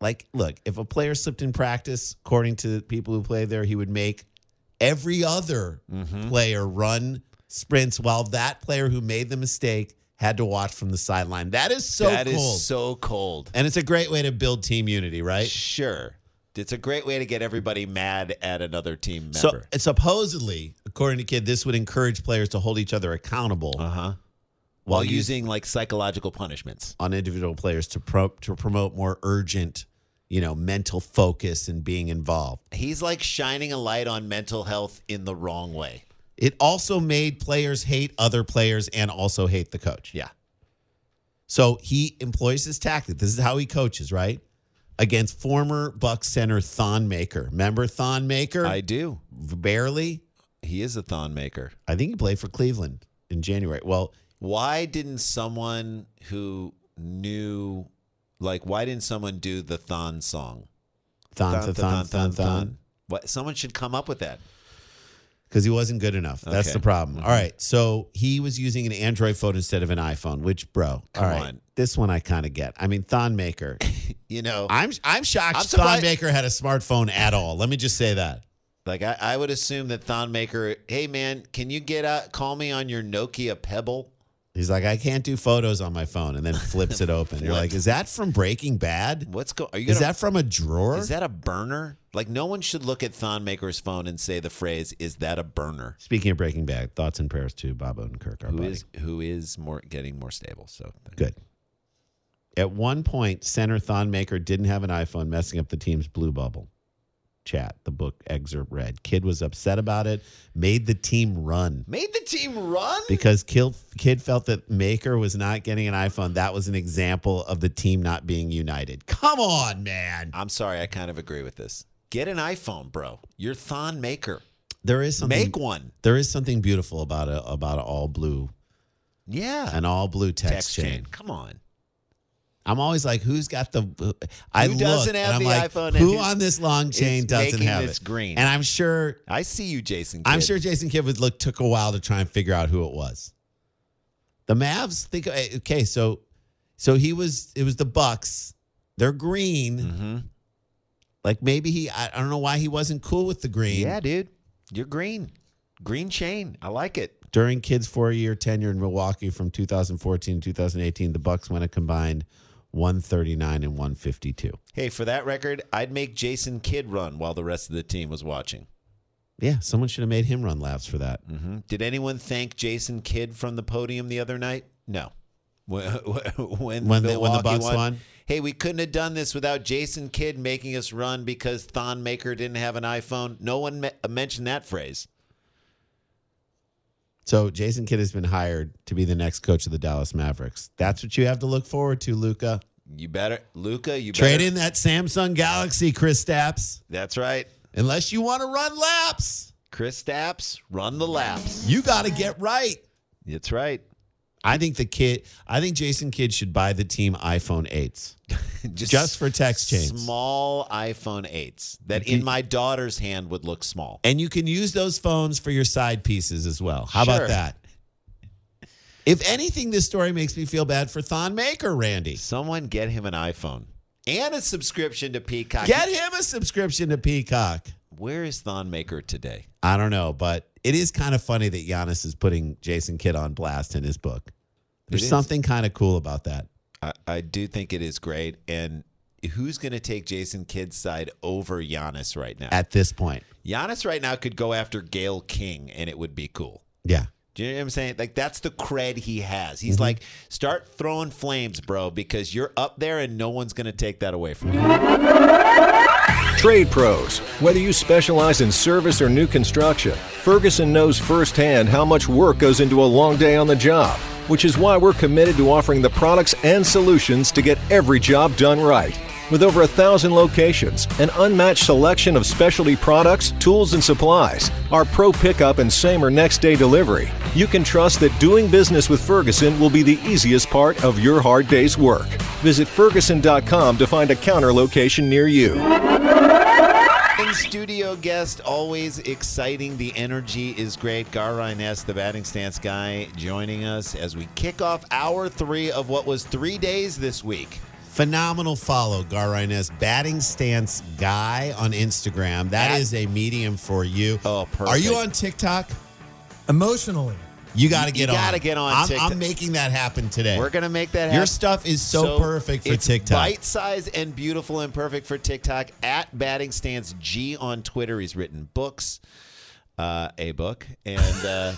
Speaker 3: like look if a player slipped in practice according to the people who play there he would make every other
Speaker 2: Mm-hmm.
Speaker 3: player run sprints while that player who made the mistake had to watch from the sideline that is so
Speaker 2: That is
Speaker 3: cold
Speaker 2: so cold.
Speaker 3: and it's a great way to build team unity right
Speaker 2: Sure, it's a great way to get everybody mad at another team member.
Speaker 3: so and supposedly according to kid this would encourage players to hold each other accountable
Speaker 2: uh huh.
Speaker 3: while
Speaker 2: While
Speaker 3: using
Speaker 2: using like psychological punishments.
Speaker 3: on individual players to pro- to promote more urgent you know mental focus and being involved
Speaker 2: He's like shining a light on mental health in the wrong way.
Speaker 3: it also made players hate other players and also hate the coach
Speaker 2: Yeah.
Speaker 3: So he employs this tactic. This is how he coaches, right? Against former Buck center Thon Maker. Remember Thon Maker?
Speaker 2: do.
Speaker 3: barely.
Speaker 2: He is a thon maker.
Speaker 3: I think he played for Cleveland in January. Well,
Speaker 2: Why didn't someone who knew Like, why didn't someone do the Thon song?
Speaker 3: Thon, thon, thon, thon, thon.
Speaker 2: What? Someone should come up with that.
Speaker 3: Because he wasn't good enough. That's
Speaker 2: Okay.
Speaker 3: the problem. All right. So he was using an Android phone instead of an iPhone, which, bro,
Speaker 2: Come
Speaker 3: all right.
Speaker 2: on.
Speaker 3: This one I kind of get. I mean, Thon Maker.
Speaker 2: You know,
Speaker 3: I'm I'm shocked
Speaker 2: I'm
Speaker 3: Thon
Speaker 2: surprised-
Speaker 3: Maker had a smartphone at all. Let me just say that.
Speaker 2: like I, I would assume that Thon Maker. Hey man, can you get out? Call me on your Nokia Pebble.
Speaker 3: He's like, I can't do photos on my phone, and then flips it open. You're
Speaker 2: What?
Speaker 3: like, is that from Breaking Bad?
Speaker 2: What's going? Are you
Speaker 3: Is
Speaker 2: gonna-
Speaker 3: that from a drawer?
Speaker 2: Is that a burner? Like no one should look at Thon Maker's phone and say the phrase, "Is that a burner?"
Speaker 3: Speaking of Breaking Bad, thoughts and prayers to Bob Odenkirk, our
Speaker 2: Who
Speaker 3: buddy.
Speaker 2: is who is more getting more stable? So
Speaker 3: Good. At one point, center Thon Maker didn't have an iPhone, messing up the team's blue bubble. Chat, the book excerpt read. Kid was upset about it, made the team run.
Speaker 2: made the team run.
Speaker 3: Because Kil- Kid felt that Maker was not getting an iPhone. That was an example of the team not being united. Come on, man. Uh,
Speaker 2: I'm sorry, I kind of agree with this. Get an iPhone, bro. You're Thon Maker.
Speaker 3: There is something
Speaker 2: Make one.
Speaker 3: there is something beautiful about a about an all blue
Speaker 2: Yeah.
Speaker 3: an all blue text,
Speaker 2: Text
Speaker 3: chain.
Speaker 2: chain. Come on.
Speaker 3: I'm always like, who's got the? I
Speaker 2: Who doesn't
Speaker 3: look,
Speaker 2: have
Speaker 3: and I'm
Speaker 2: the
Speaker 3: like,
Speaker 2: iPhone and
Speaker 3: Who
Speaker 2: who's-
Speaker 3: on this long chain
Speaker 2: is
Speaker 3: doesn't
Speaker 2: making
Speaker 3: have
Speaker 2: this
Speaker 3: it?
Speaker 2: green?
Speaker 3: And I'm sure,
Speaker 2: I see you, Jason.
Speaker 3: I'm
Speaker 2: Kidd.
Speaker 3: sure Jason Kidd would look took a while to try and figure out who it was. The Mavs think eh, okay, so so he was it was the Bucks. They're green.
Speaker 2: Mhm.
Speaker 3: Like maybe he I, I don't know why he wasn't cool with the green
Speaker 2: Yeah, dude. You're green. Green chain. I like it.
Speaker 3: during Kidd's four-year tenure in Milwaukee from 2014 to 2018. The Bucks went a combined 139 and 152.
Speaker 2: Hey, for that record, I'd make Jason Kidd run while the rest of the team was watching.
Speaker 3: Yeah, someone should have made him run laps for that.
Speaker 2: hmm Did anyone thank Jason Kidd from the podium the other night? No. When when,
Speaker 3: When they- when the
Speaker 2: Milwaukee
Speaker 3: Bucks won?
Speaker 2: hey, we couldn't have done this without Jason Kidd making us run because Thon Maker didn't have an iPhone. No one me- mentioned that phrase.
Speaker 3: So Jason Kidd has been hired to be the next coach of the Dallas Mavericks. That's what you have to look forward to, Luca.
Speaker 2: You better, Luca. You
Speaker 3: Trade
Speaker 2: better,
Speaker 3: in that Samsung Galaxy, Chris Stapps.
Speaker 2: That's right,
Speaker 3: Unless you want to run laps,
Speaker 2: Chris Stapps. Run the laps.
Speaker 3: you got to get right.
Speaker 2: That's right.
Speaker 3: I think the kid. I think Jason Kidd should buy the team iPhone eights just for text chains.
Speaker 2: Small iPhone eights that in my daughter's hand would look small.
Speaker 3: And you can use those phones for your side pieces as well. How about
Speaker 2: Sure.
Speaker 3: that? If anything, this story makes me feel bad for Thon Maker, Randy.
Speaker 2: Someone get him an iPhone and a subscription to Peacock.
Speaker 3: Get him a subscription to Peacock.
Speaker 2: Where is Thon Maker today?
Speaker 3: I don't know, but it is kind of funny that Giannis is putting Jason Kidd on blast in his book. There's
Speaker 2: is.
Speaker 3: something kind of cool about that.
Speaker 2: I, I do think it is great. And who's going to take Jason Kidd's side over Giannis right now?
Speaker 3: at this point.
Speaker 2: Giannis right now could go after Gail King and it would be cool.
Speaker 3: Yeah.
Speaker 2: Do you know what I'm saying? Like that's the cred he has. He's like, start throwing flames, bro, because you're up there and no one's gonna take that away from you.
Speaker 5: Trade pros. Whether you specialize in service or new construction, Ferguson knows firsthand how much work goes into a long day on the job, which is why we're committed to offering the products and solutions to get every job done right. With over a thousand locations, an unmatched selection of specialty products, tools, and supplies, our pro pickup and same or next day delivery, you can trust that doing business with Ferguson will be the easiest part of your hard day's work. Visit Ferguson.com to find a counter location near you.
Speaker 2: In studio guest, always exciting. The energy is great. Gar Rines, the batting stance guy, joining us as we kick off hour three of what was three days this week.
Speaker 3: Phenomenal follow, Gar Inez, batting stance guy on Instagram. That
Speaker 2: At-
Speaker 3: is a medium for you.
Speaker 2: Oh, perfect.
Speaker 3: Are you on TikTok?
Speaker 6: Emotionally.
Speaker 3: You got to
Speaker 2: You
Speaker 3: get on.
Speaker 2: gotta get on
Speaker 3: I'm,
Speaker 2: TikTok.
Speaker 3: I'm making that happen today.
Speaker 2: We're gonna make that happen.
Speaker 3: Your stuff is Eh. so, perfect for
Speaker 2: it's
Speaker 3: TikTok.
Speaker 2: Bite size and beautiful and perfect for TikTok. At batting stance G on Twitter. He's written books, uh, a book, and uh,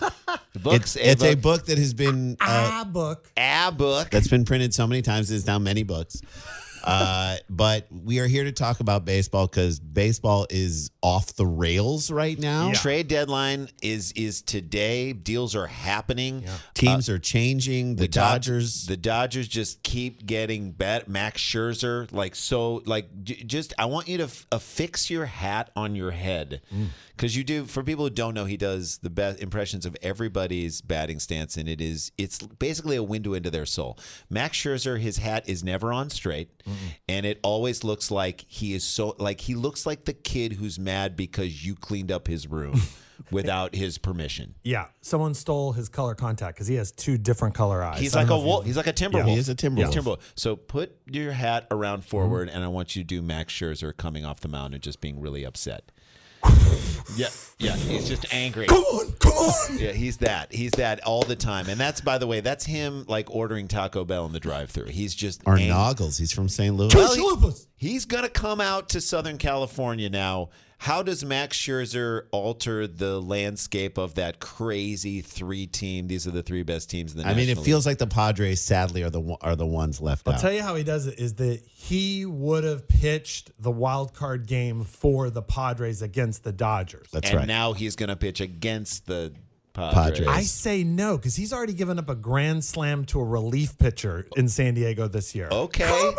Speaker 2: books.
Speaker 3: It's, it's a book that has been uh,
Speaker 6: ah, book.
Speaker 2: A book.
Speaker 3: that's been printed so many times. It's now many books. Uh, but we are here to talk about baseball because baseball is off the rails right now.
Speaker 2: Trade deadline is is today. Deals are happening.
Speaker 3: Teams
Speaker 2: Uh,
Speaker 3: are changing. The Dodgers.
Speaker 2: The Dodgers just keep getting bet. Max uh, Scherzer, like so, like j- just. I want you to f- affix your hat on your head Because you do, for people who don't know, he does the best impressions of everybody's batting stance, and it is it's basically a window into their soul. Max Scherzer, his hat is never on straight, and it always looks like he is so like he looks like the kid who's mad because you cleaned up his room without his permission.
Speaker 6: Yeah, someone stole his color contact because he has two different color eyes.
Speaker 2: He's
Speaker 6: I
Speaker 2: like
Speaker 6: don't
Speaker 2: a
Speaker 6: know if
Speaker 2: wolf.
Speaker 6: you-
Speaker 2: He's like a timber wolf.
Speaker 3: He is a Mm-hmm. timber
Speaker 2: He's
Speaker 3: wolf.
Speaker 2: So put your hat around forward, and I want you to do Max Scherzer coming off the mound and just being really upset. yeah, yeah. He's just angry. Come on, come on. Yeah, he's that. He's that all the time. And that's, by the way, that's him like ordering Taco Bell in the drive-through. He's just
Speaker 3: Or
Speaker 2: angry.
Speaker 3: Noggles. He's from St. Louis.
Speaker 2: Well, he- he's going to come out to Southern California now. How does Max Scherzer alter the landscape of that crazy three-team? These are the three best teams in the.
Speaker 3: I mean, it
Speaker 2: National League?
Speaker 3: feels like the Padres, sadly, are the one- are the ones left
Speaker 6: I'll
Speaker 3: out.
Speaker 6: tell you how he does it is that he would have pitched the wild card game for the Padres against the Dodgers.
Speaker 3: That's
Speaker 2: and
Speaker 3: right.
Speaker 2: now he's going to pitch against the Padres.
Speaker 3: Padres.
Speaker 6: I say no because he's already given up a grand slam to a relief pitcher in San Diego this year.
Speaker 2: Okay.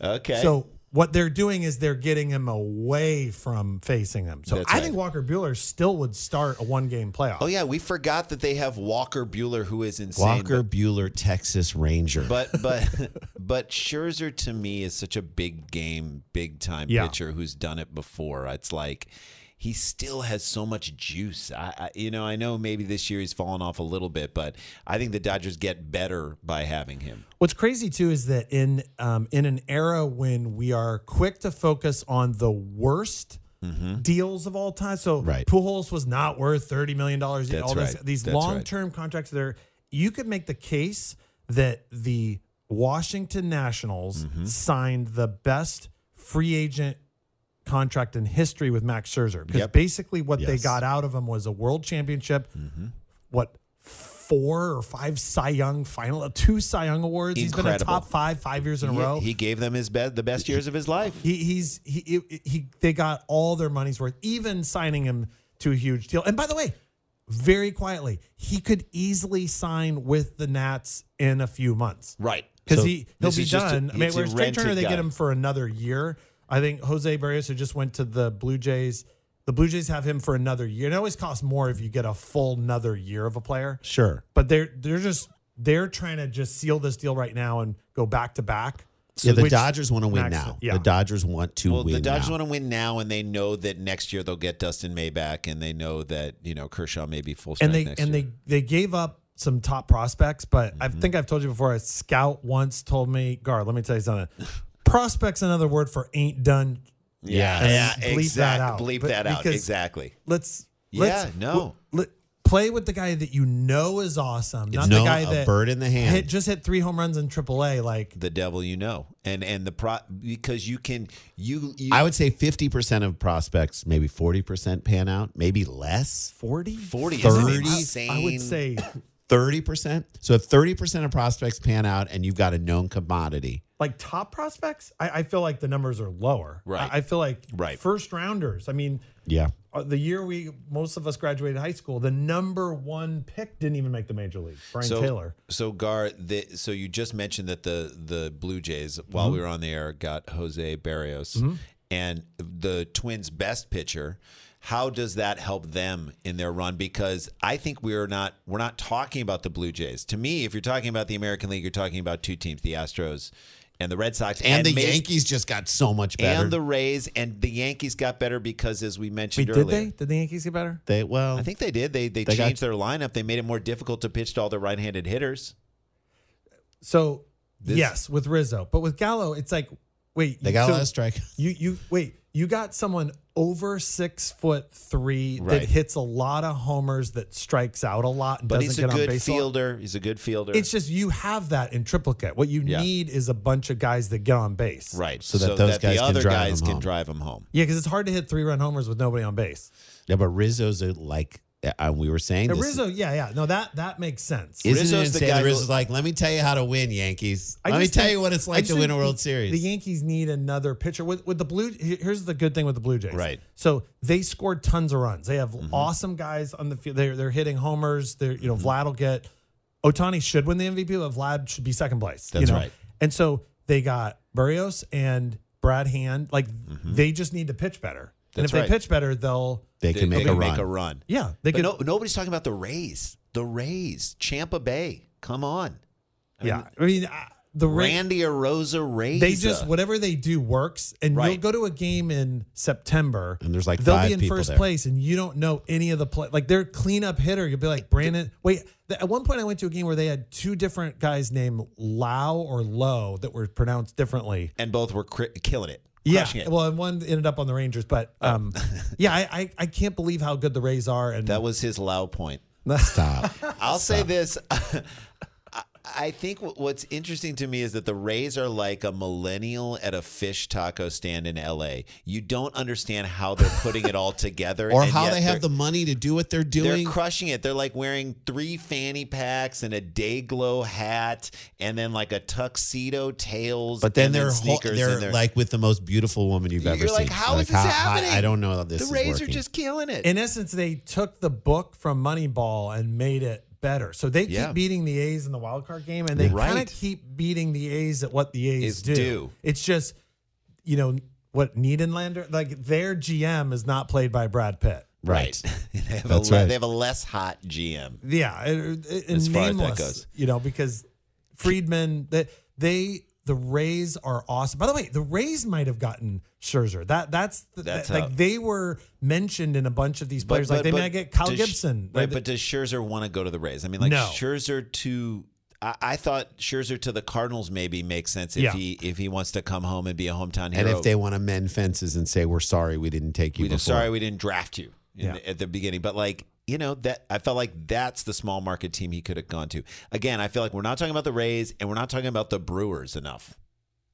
Speaker 6: Camarena!
Speaker 2: Okay.
Speaker 6: So what they're doing is they're getting him away from facing them. So
Speaker 2: That's
Speaker 6: I
Speaker 2: right.
Speaker 6: think Walker Bueller still would start a one game playoff.
Speaker 2: oh yeah, we forgot that they have Walker Bueller, who is insane.
Speaker 3: Walker Bueller, Texas Ranger.
Speaker 2: But but but Scherzer to me is such a big game, big time
Speaker 6: Yeah.
Speaker 2: pitcher who's done it before. It's like he still has so much juice. I, I you know I know maybe this year he's fallen off a little bit, but I think the Dodgers get better by having him.
Speaker 6: What's crazy too is that in um, in an era when we are quick to focus on the worst
Speaker 2: Mm-hmm.
Speaker 6: deals of all time, so
Speaker 3: Right.
Speaker 6: Pujols was not worth thirty million dollars.
Speaker 2: That's
Speaker 6: All this,
Speaker 2: right.
Speaker 6: these
Speaker 2: That's right.
Speaker 6: long term contracts, there you could make the case that the Washington Nationals
Speaker 2: Mm-hmm.
Speaker 6: signed the best free agent contract in history with Max Scherzer because basically what they
Speaker 3: Yes.
Speaker 6: got out of him was a world championship. What four or five Cy Young final, two Cy Young awards. He's been
Speaker 2: Incredible.
Speaker 6: a top five five years in a row.
Speaker 2: He gave them his best, the best years of his life.
Speaker 6: He, he's he, he he they got all their money's worth, even signing him to a huge deal. And by the way, very quietly, he could easily sign with the Nats in a few months.
Speaker 2: Right.
Speaker 6: Because
Speaker 2: So
Speaker 6: he he'll
Speaker 2: this
Speaker 6: be
Speaker 2: is just a-
Speaker 6: done. I mean,
Speaker 2: it's a
Speaker 6: whereas Trey
Speaker 2: rented
Speaker 6: Turner, they
Speaker 2: guy.
Speaker 6: get him for another year. I think Jose Barrios, who just went to the Blue Jays, the Blue Jays have him for another year. It always costs more if you get a full another year of a player.
Speaker 3: sure.
Speaker 6: But they're they're just they're trying to just seal this deal right now and go back to back.
Speaker 3: yeah, the
Speaker 6: Which-
Speaker 3: Dodgers want to win
Speaker 6: Max-
Speaker 3: now.
Speaker 6: yeah.
Speaker 3: The Dodgers want to
Speaker 2: Well,
Speaker 3: win.
Speaker 2: the Dodgers
Speaker 3: now.
Speaker 2: want to win now, and they know that next year they'll get Dustin May back, and they know that you know Kershaw may be full strength
Speaker 6: and they
Speaker 2: next
Speaker 6: and
Speaker 2: year.
Speaker 6: they they gave up some top prospects, but I
Speaker 3: Mm-hmm.
Speaker 6: think I've told you before. A scout once told me, "Guard, let me tell you something. Prospects, another word for ain't done.
Speaker 2: yeah, yeah,
Speaker 6: bleep that
Speaker 2: exactly.
Speaker 6: out.
Speaker 2: Bleep
Speaker 6: But-
Speaker 2: that out
Speaker 6: because-
Speaker 2: exactly.
Speaker 6: Let's
Speaker 2: Yeah,
Speaker 6: let's,
Speaker 2: no.
Speaker 6: w- let- play with the guy that you know is awesome, not
Speaker 3: no,
Speaker 6: the guy
Speaker 3: a
Speaker 6: that
Speaker 3: bird in the hand.
Speaker 6: hit just hit three home runs in AAA. Like
Speaker 2: The devil you know, and and the pro because you can you, you
Speaker 3: I would say 50% of prospects, maybe 40% pan out, maybe less.
Speaker 6: forty,
Speaker 2: forty is
Speaker 3: 30.
Speaker 2: an insane.
Speaker 6: I would say
Speaker 3: 30%. So if 30% of prospects pan out and you've got a known commodity,
Speaker 6: like top prospects. I, I feel like the numbers are lower.
Speaker 2: Right.
Speaker 6: I, I feel like
Speaker 2: Right.
Speaker 6: first rounders. I mean,
Speaker 3: yeah.
Speaker 6: uh, the year we most of us graduated high school, the number one pick didn't even make the major league. Brian
Speaker 2: so,
Speaker 6: Taylor.
Speaker 2: So Gar, the, so you just mentioned that the the Blue Jays, while we were on the air, got Jose Barrios
Speaker 3: Mm-hmm.
Speaker 2: and the Twins' best pitcher. How does that help them in their run? Because I think we're not we're not talking about the Blue Jays. To me, if you're talking about the American League, you're talking about two teams: the Astros and the Red Sox,
Speaker 3: And, the
Speaker 2: may-
Speaker 3: Yankees just got so much better.
Speaker 2: and the Rays. And the Yankees got better because, as we mentioned
Speaker 6: did
Speaker 2: earlier,
Speaker 6: they? Did the Yankees get better?
Speaker 3: they, well,
Speaker 2: I think they did. They they,
Speaker 3: They got-
Speaker 2: changed their lineup. They made it more difficult to pitch to all their right-handed hitters.
Speaker 6: So yes, with Rizzo, but with Gallo, it's like wait,
Speaker 3: they got
Speaker 6: so
Speaker 3: a lot of strike.
Speaker 6: You you wait, you got someone over six foot three
Speaker 2: Right.
Speaker 6: that hits a lot of homers, that strikes out a lot, and
Speaker 2: But
Speaker 6: doesn't
Speaker 2: he's a
Speaker 6: get on
Speaker 2: good
Speaker 6: base. a lot.
Speaker 2: fielder. He's a good fielder.
Speaker 6: It's just you have that in triplicate. What you
Speaker 2: Yeah.
Speaker 6: need is a bunch of guys that get on base.
Speaker 2: right,
Speaker 3: So that those guys
Speaker 2: the
Speaker 3: can
Speaker 2: other
Speaker 3: drive
Speaker 2: guys
Speaker 3: him
Speaker 2: can
Speaker 3: home.
Speaker 2: drive him home.
Speaker 6: Yeah, because it's hard to hit three run homers with nobody on base.
Speaker 3: Yeah, but Rizzo's a, like, uh, we were saying
Speaker 6: Yeah,
Speaker 3: this.
Speaker 6: Rizzo, yeah, yeah. No, that that makes sense.
Speaker 3: Isn't
Speaker 2: Rizzo's
Speaker 3: it
Speaker 2: the
Speaker 3: insane
Speaker 2: guy
Speaker 3: that
Speaker 2: who-
Speaker 3: Rizzo's like, let me tell you how to win, Yankees.
Speaker 6: I
Speaker 3: let me
Speaker 6: just
Speaker 3: tell
Speaker 6: think-
Speaker 3: you what it's
Speaker 6: I
Speaker 3: like
Speaker 6: just
Speaker 3: to win
Speaker 6: think
Speaker 3: a World
Speaker 6: The
Speaker 3: Series.
Speaker 6: Yankees need another pitcher. With with the blue, here- here's the good thing with the Blue Jays.
Speaker 2: Right.
Speaker 6: So they scored tons of runs. They have
Speaker 3: Mm-hmm.
Speaker 6: awesome guys on the field. They're they're hitting homers. They're you know Vlad will get. Otani should win the MVP, but Vlad should be second place. you
Speaker 2: That's
Speaker 6: know?
Speaker 2: right.
Speaker 6: And
Speaker 3: Mm-hmm.
Speaker 6: so they got Barrios and Brad Hand. Like they just need to pitch better. and
Speaker 2: That's
Speaker 6: if
Speaker 2: right.
Speaker 6: they pitch better, they'll
Speaker 3: They can make
Speaker 2: they
Speaker 3: a
Speaker 2: can
Speaker 3: run.
Speaker 2: Make a run.
Speaker 6: yeah they
Speaker 2: but
Speaker 6: could
Speaker 2: no, nobody's talking about the Rays. The Rays, Champa Bay. Come on,
Speaker 6: yeah. I mean, I- the Ra-
Speaker 2: Randy or Rosa Rays. uh,
Speaker 6: they just whatever they do works, and
Speaker 2: Right.
Speaker 6: you'll go to a game in September,
Speaker 3: And there's like
Speaker 6: they'll
Speaker 3: five
Speaker 6: be in
Speaker 3: people
Speaker 6: first
Speaker 3: there.
Speaker 6: place, and you don't know any of the play. Like their cleanup hitter, you'll be like Brandon. Wait, th- at one point I went to a game where they had two different guys named Lau or Low that were pronounced differently.
Speaker 2: and both were cri- killing it.
Speaker 6: Yeah,
Speaker 2: crushing it.
Speaker 6: well, and one ended up on the Rangers, but um, yeah, I, I I can't believe how good the Rays are, and
Speaker 2: that was his low point.
Speaker 3: Stop.
Speaker 2: I'll say this. I- I think wh- what's interesting to me is that the Rays are like a millennial at a fish taco stand in LA. You don't understand how they're putting it all together
Speaker 3: or
Speaker 2: and
Speaker 3: how
Speaker 2: yet
Speaker 3: they
Speaker 2: they're-
Speaker 3: have the money to do what they're
Speaker 2: They're
Speaker 3: doing.
Speaker 2: crushing it. They're like wearing three fanny packs and a day glow hat and then like a tuxedo tails.
Speaker 3: but then
Speaker 2: and
Speaker 3: they're whole,
Speaker 2: sneakers
Speaker 3: they're
Speaker 2: and they're-
Speaker 3: like with the most beautiful woman you've
Speaker 2: You're
Speaker 3: ever seen.
Speaker 2: like, how is this happening?
Speaker 3: I, I don't know how this
Speaker 2: the
Speaker 3: is
Speaker 2: Rays are
Speaker 3: working.
Speaker 2: just killing it.
Speaker 6: in essence, they took the book from Moneyball and made it better. So they
Speaker 2: Yeah.
Speaker 6: keep beating the A's in the wild card game, and they
Speaker 2: Right.
Speaker 6: kind of keep beating the A's at what the A's
Speaker 2: Is
Speaker 6: do.
Speaker 2: due.
Speaker 6: It's just, you know, what Niedenlander, like their GM is not played by Brad Pitt.
Speaker 3: right.
Speaker 2: they, have
Speaker 3: That's
Speaker 2: a, le-
Speaker 3: right.
Speaker 2: they have a less hot GM.
Speaker 6: Yeah, it, it,
Speaker 2: As
Speaker 6: and
Speaker 2: far as that
Speaker 6: nameless,
Speaker 2: goes.
Speaker 6: you know, because Friedman, they, they the Rays are awesome. By the way, the Rays might have gotten Scherzer. That that's, the,
Speaker 2: That's
Speaker 6: that-
Speaker 2: how-
Speaker 6: like they were mentioned in a bunch of these players. like they might get Kyle
Speaker 2: does-
Speaker 6: Gibson.
Speaker 2: Right,
Speaker 6: They-
Speaker 2: but does Scherzer want to go to the Rays? I mean, like
Speaker 6: No.
Speaker 2: Scherzer to. I, I thought Scherzer to the Cardinals maybe makes sense if
Speaker 6: Yeah.
Speaker 2: he if he wants to come home and be a hometown hero.
Speaker 3: And if they want to mend fences and say we're sorry we didn't take you
Speaker 2: we
Speaker 3: before,
Speaker 2: just sorry we didn't draft you in
Speaker 6: Yeah.
Speaker 2: the- at the beginning, but like you know that I felt like that's the small market team he could have gone to. Again, I feel like we're not talking about the Rays and we're not talking about the Brewers enough.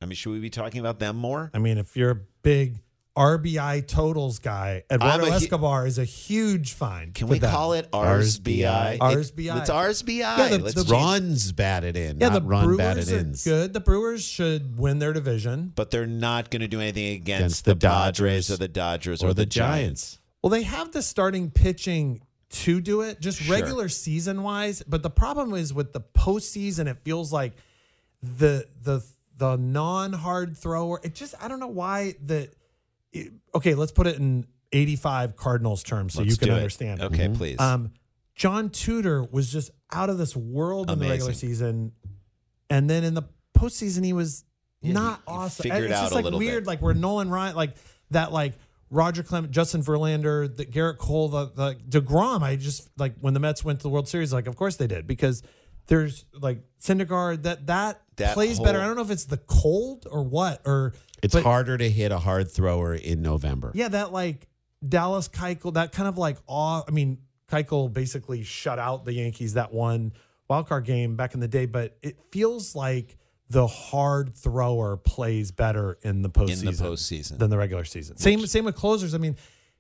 Speaker 2: I mean, should we be talking about them more?
Speaker 6: I mean, if you're a big RBI totals guy, Eduardo
Speaker 2: I'm a hu-
Speaker 6: Escobar is a huge find.
Speaker 2: Can
Speaker 6: for
Speaker 2: we
Speaker 6: them.
Speaker 2: call it RSBI?
Speaker 3: RSBI?
Speaker 6: RSBI.
Speaker 2: It's RSBI.
Speaker 6: the-
Speaker 2: Let's
Speaker 6: the-
Speaker 2: change-
Speaker 3: runs batted in,
Speaker 6: Yeah,
Speaker 3: not
Speaker 6: the
Speaker 3: run
Speaker 6: Brewers
Speaker 3: batted
Speaker 6: are
Speaker 3: ins.
Speaker 6: good. The Brewers should win their division.
Speaker 2: but they're not going to do anything against,
Speaker 3: Against
Speaker 2: the,
Speaker 3: the
Speaker 2: Dodgers
Speaker 3: Dodgers
Speaker 2: or the Dodgers
Speaker 3: Or the Giants.
Speaker 6: Well, they have the starting pitching to do it, just
Speaker 2: Sure.
Speaker 6: regular season wise. But the problem is with the postseason, it feels like the the the non hard thrower. It just I don't know why the. it- okay, let's put it in eighty five Cardinals terms so
Speaker 2: Let's
Speaker 6: you can
Speaker 2: do it.
Speaker 6: understand. it.
Speaker 3: Mm-hmm.
Speaker 2: Okay, please.
Speaker 6: Um, John Tudor was just out of this world in the regular
Speaker 2: Amazing.
Speaker 6: season, and then in the postseason he was
Speaker 2: Yeah,
Speaker 6: not
Speaker 2: he- he
Speaker 6: awesome.
Speaker 2: figured
Speaker 6: And it's
Speaker 2: out
Speaker 6: just
Speaker 2: a
Speaker 6: like
Speaker 2: little
Speaker 6: weird,
Speaker 2: bit.
Speaker 6: like where Nolan Ryan, like that, like Roger Clement, Justin Verlander, the Garrett Cole, the, the Degrom. I just like when the Mets went to the World Series, like of course they did because there's like Syndergaard that that,
Speaker 2: That
Speaker 6: plays
Speaker 2: whole-
Speaker 6: better. I don't know if it's the cold or what or
Speaker 3: It's
Speaker 6: but-
Speaker 3: harder to hit a hard thrower in November.
Speaker 6: yeah, that like Dallas Keuchel, that kind of like awe. I mean, Keuchel basically shut out the Yankees that one wild card game back in the day, but it feels like the hard thrower plays better in the postseason,
Speaker 2: in the postseason.
Speaker 6: than the regular season. Same same with closers. I mean,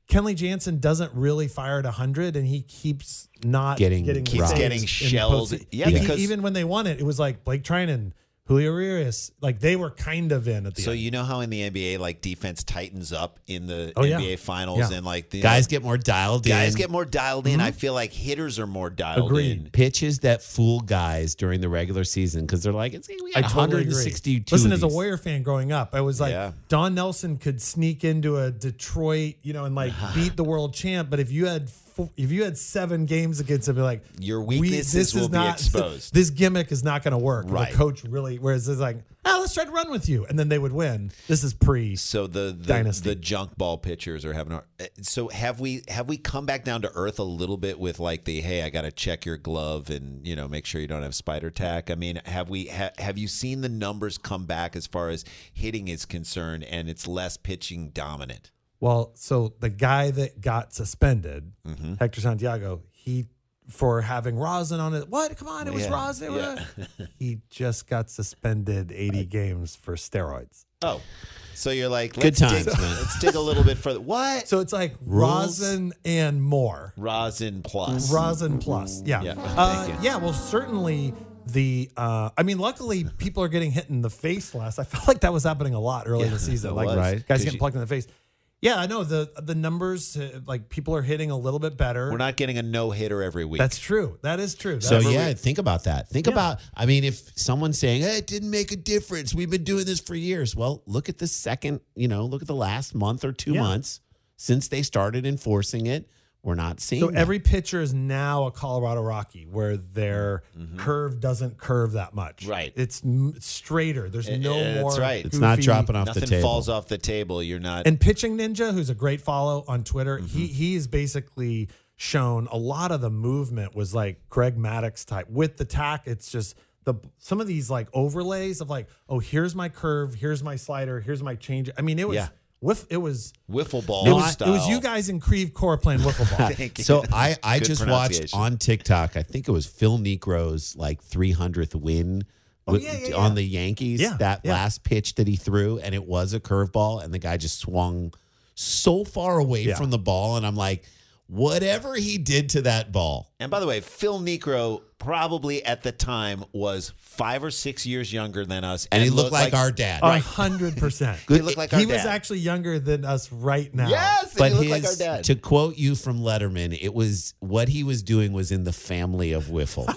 Speaker 6: Kenley Jansen doesn't really fire at hundred, and he keeps not
Speaker 3: Getting-
Speaker 6: getting
Speaker 3: keeps
Speaker 6: saves
Speaker 2: getting
Speaker 6: in the
Speaker 2: shelled.
Speaker 6: postseason.
Speaker 2: Yeah,
Speaker 6: He-
Speaker 2: because-
Speaker 6: even when they won it, it was like Blake Trinan, Julio Urias, like they were kind of in at the
Speaker 2: so
Speaker 6: end.
Speaker 2: you know how in the NBA, like defense tightens up in the
Speaker 6: Oh, yeah.
Speaker 2: NBA finals,
Speaker 6: Yeah.
Speaker 2: and like the
Speaker 3: Guys get more dialed
Speaker 2: guys
Speaker 3: in.
Speaker 2: get more dialed in. I feel like hitters are more dialed
Speaker 6: Mm-hmm. Agreed.
Speaker 2: in.
Speaker 3: pitches that fool guys during the regular season because they're like, it's we
Speaker 6: I
Speaker 3: got
Speaker 6: totally agree.
Speaker 3: 162. of
Speaker 6: Listen, as a
Speaker 3: these.
Speaker 6: Warrior fan growing up, I was like,
Speaker 2: Yeah.
Speaker 6: Don Nelson could sneak into a Detroit, you know, and like beat the world champ. But if you had fo- if you had seven games against him, be like
Speaker 2: Your
Speaker 6: we-
Speaker 2: weaknesses will be exposed.
Speaker 6: This gimmick is not going to work.
Speaker 2: Right.
Speaker 6: The coach really. Whereas it's like, ah, let's try to run with you, and then they would win. This is pre.
Speaker 2: So the the,
Speaker 6: Dynasty.
Speaker 2: the junk ball pitchers are having. a- eh, So have we have we come back down to earth a little bit with like the hey, I got to check your glove and you know make sure you don't have spider tack. I mean, have we ha, have you seen the numbers come back as far as hitting is concerned, and it's less pitching dominant.
Speaker 6: Well, so the guy that got suspended,
Speaker 2: Mm-hmm.
Speaker 6: Hector Santiago, he for having rosin on it. What? Come on, it was
Speaker 2: Yeah,
Speaker 6: rosin. it was- he just got suspended 80 games for steroids.
Speaker 2: Oh, so you're like
Speaker 3: Good
Speaker 2: let's
Speaker 3: times,
Speaker 2: dig,
Speaker 3: man.
Speaker 2: Let's dig a little bit further. What
Speaker 6: So it's like
Speaker 3: Rules?
Speaker 6: rosin and more.
Speaker 2: rosin plus?
Speaker 6: Rosin plus. Yeah.
Speaker 2: Mm, Yeah,
Speaker 6: Uh,
Speaker 2: thank you.
Speaker 6: yeah, well certainly the uh, I mean luckily people are getting hit in the face less. I felt like that was happening a lot early in the season.
Speaker 2: it
Speaker 6: Like
Speaker 2: was. Right.
Speaker 6: guys
Speaker 2: 'Cause
Speaker 6: getting
Speaker 2: you-
Speaker 6: plucked in the face. Yeah, I know the the numbers uh, like people are hitting a little bit better.
Speaker 2: We're not getting a no hitter every week.
Speaker 6: That's true. That is true.
Speaker 3: So
Speaker 6: That's-
Speaker 3: yeah, think about that. Think about. I mean, if someone's saying hey, it didn't make a difference, we've been doing this for years. Well, look at the second. You know, look at the last month or two
Speaker 6: Yeah.
Speaker 3: months. Since they started enforcing it, we're not seeing
Speaker 6: So
Speaker 3: that.
Speaker 6: every pitcher is now a Colorado Rocky, where their curve doesn't curve that much.
Speaker 2: Mm-hmm. Right.
Speaker 6: It's m- straighter. There's
Speaker 2: Eh,
Speaker 6: no
Speaker 2: eh, that's
Speaker 6: more.
Speaker 2: right.
Speaker 3: it's not
Speaker 6: goofy-
Speaker 3: dropping off the
Speaker 2: Nothing
Speaker 3: table.
Speaker 2: falls off the table. You're not.
Speaker 6: And Pitching Ninja, who's a great follow on Twitter,
Speaker 2: Mm-hmm.
Speaker 6: he he is basically shown a lot of the movement was like Greg Maddox type with the tack. It's just the some of these like overlays of like, oh, here's my curve, here's my slider, here's my change. I mean, it was
Speaker 2: Yeah.
Speaker 6: whiff, it was
Speaker 2: wiffle ball.
Speaker 6: it was, it
Speaker 2: style.
Speaker 6: was you guys in Creve Core playing wiffle ball.
Speaker 2: Thank you.
Speaker 3: So I, I
Speaker 2: Good
Speaker 3: just watched
Speaker 2: pronunciation.
Speaker 3: on TikTok. I think it was Phil Negro's like 300th win with-
Speaker 6: Oh, yeah, yeah,
Speaker 3: on
Speaker 6: yeah.
Speaker 3: the Yankees.
Speaker 6: Yeah,
Speaker 3: that
Speaker 6: yeah.
Speaker 3: last pitch that he threw, and it was a curveball, and the guy just swung so far away
Speaker 6: Yeah.
Speaker 3: from the ball, and I'm like, whatever he did to that ball,
Speaker 2: And by the way, Phil Necro probably at the time was five or six years younger than us,
Speaker 3: and, he looked, like, our dad.
Speaker 6: A hundred percent.
Speaker 2: He looked like our
Speaker 6: he was
Speaker 2: dad.
Speaker 6: actually younger than us right now.
Speaker 2: Yes,
Speaker 3: But
Speaker 2: he
Speaker 3: his,
Speaker 2: looked like our dad.
Speaker 3: to quote you from Letterman, it was what he was doing was in the family of Wiffle.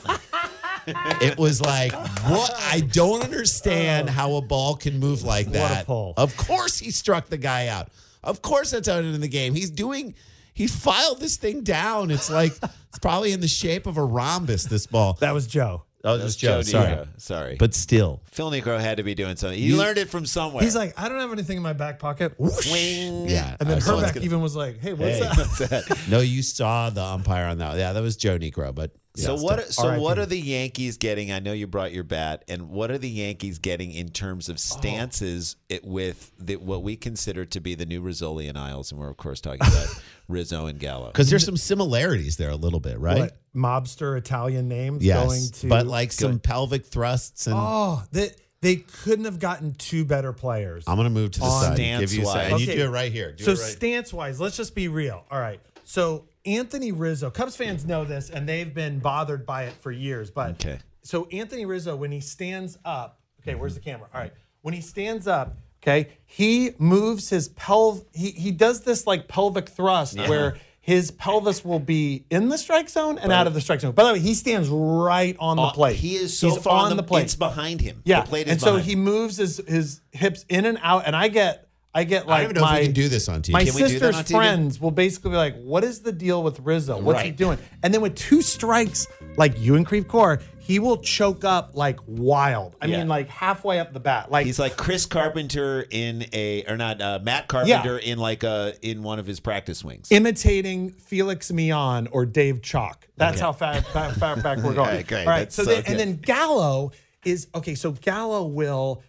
Speaker 3: it was like, what? I don't understand how a ball can move like
Speaker 6: a
Speaker 3: that.
Speaker 6: pull.
Speaker 3: Of course, he struck the guy out. Of course, that's out in the game. He's doing. He filed this thing down. It's like it's probably in the shape of a rhombus. This ball.
Speaker 6: That was Joe.
Speaker 3: Oh, it was Joe. sorry,
Speaker 2: Negro. sorry. But
Speaker 3: but still,
Speaker 2: Phil Necro had to be doing something. He learned it from somewhere.
Speaker 6: He's like, I don't have anything in my back pocket. Whoosh.
Speaker 2: Wing.
Speaker 3: yeah.
Speaker 6: And then
Speaker 3: I saw
Speaker 6: Herbeck
Speaker 3: it.
Speaker 6: even was like, Hey, what's
Speaker 3: Hey.
Speaker 6: that?
Speaker 3: No, you saw the umpire on that. Yeah, that was Joe Negro. But
Speaker 2: So
Speaker 3: yeah,
Speaker 2: what? So
Speaker 6: RIP.
Speaker 2: what are the Yankees getting? I know you brought your bat, and what are the Yankees getting in terms
Speaker 6: Oh.
Speaker 2: of stances it, with the, what we consider to be the new Rizzoli and Isles, and we're of course talking about Rizzo and Gallo.
Speaker 3: Because there's some similarities there a little bit, right?
Speaker 6: What mobster Italian names
Speaker 3: Yes,
Speaker 6: going to
Speaker 3: but like some pelvic thrusts and
Speaker 6: Oh, they they couldn't have gotten two better players.
Speaker 3: I'm gonna move to the
Speaker 2: On
Speaker 3: side.
Speaker 2: stance
Speaker 3: give you a side.
Speaker 2: wise.
Speaker 3: And you
Speaker 6: Okay.
Speaker 3: do it right here. Do
Speaker 6: so
Speaker 3: it right.
Speaker 6: stance wise, let's just be real. All right. So Anthony Rizzo, Cubs fans know this and they've been bothered by it for years. But
Speaker 2: Okay.
Speaker 6: so Anthony Rizzo, when he stands up, okay, where's the camera? All right. When he stands up, okay, he moves his pelv he he does this like pelvic thrust where his pelvis will be in the strike zone and out of the strike zone. By the way, he stands right on the plate.
Speaker 2: Uh, He is so
Speaker 6: He's
Speaker 2: far
Speaker 6: on the
Speaker 2: It's
Speaker 6: plate.
Speaker 2: behind him.
Speaker 6: Yeah,
Speaker 2: the plate is
Speaker 6: and so
Speaker 2: behind
Speaker 6: he
Speaker 2: him.
Speaker 6: moves his his hips in and out, and I get I get like
Speaker 3: I don't even know
Speaker 6: my
Speaker 3: if we can do this on TV.
Speaker 6: my
Speaker 3: Can we do
Speaker 2: that
Speaker 6: sister's
Speaker 2: on TV?
Speaker 6: friends will basically be like, "What is the deal with Rizzo? What's he
Speaker 2: Right.
Speaker 6: doing?" And then with two strikes, like you and Creve Core, he will choke up like wild. I
Speaker 2: Yeah.
Speaker 6: mean, like halfway up the bat, like
Speaker 2: He's like Chris Carpenter in a, or not uh, Matt Carpenter in like a in one of his practice swings.
Speaker 6: imitating Felix Mion or Dave Chalk. That's how far, far, far back we're going.
Speaker 2: Okay, great.
Speaker 6: All right.
Speaker 2: That's
Speaker 6: so,
Speaker 2: so
Speaker 6: then, and
Speaker 2: good.
Speaker 6: then Gallo is okay. So Gallo will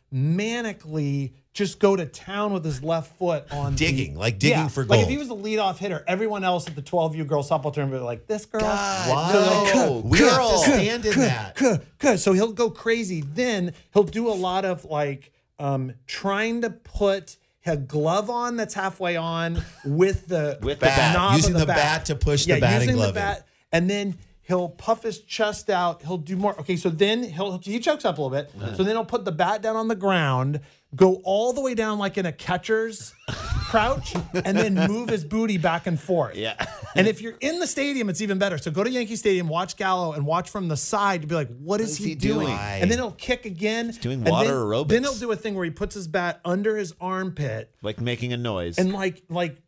Speaker 6: manically just go to town with his left foot on the-
Speaker 3: Digging, like digging
Speaker 6: Yeah,
Speaker 3: for
Speaker 6: Like if
Speaker 3: gold.
Speaker 6: he was the leadoff hitter, everyone else at the 12 U girl softball tournament would be like, "This girl,
Speaker 3: God,
Speaker 6: So they're like,
Speaker 3: no,
Speaker 6: "Cuh,
Speaker 3: we
Speaker 6: cuh,
Speaker 3: have to
Speaker 6: cuh,
Speaker 3: stand in
Speaker 6: cuh,
Speaker 3: that."
Speaker 6: cuh, cuh." So he'll go crazy. Then he'll do a lot of like um, trying to put a glove on that's halfway on with the
Speaker 2: With the bat.
Speaker 6: knob of
Speaker 3: Using the
Speaker 6: bat.
Speaker 3: bat to push the
Speaker 6: Yeah,
Speaker 3: batting
Speaker 6: using
Speaker 3: glove in.
Speaker 6: the bat, and then he'll puff his chest out. He'll do more. Okay, so then he'll he chokes up a little bit. So then he'll put the bat down on the ground, go all the way down like in a catcher's crouch, and then move his booty back and forth. Yeah. and if you're in the stadium, it's even better. So go to Yankee Stadium, watch Gallo, and watch from the side to be like, what is,
Speaker 2: is
Speaker 6: he,
Speaker 2: he
Speaker 6: doing?
Speaker 2: doing?
Speaker 6: And then he'll kick again. He's
Speaker 2: doing
Speaker 6: and
Speaker 2: water
Speaker 6: then,
Speaker 2: aerobics.
Speaker 6: Then he'll do a thing where he puts his bat under his armpit
Speaker 2: like making a noise.
Speaker 6: and like like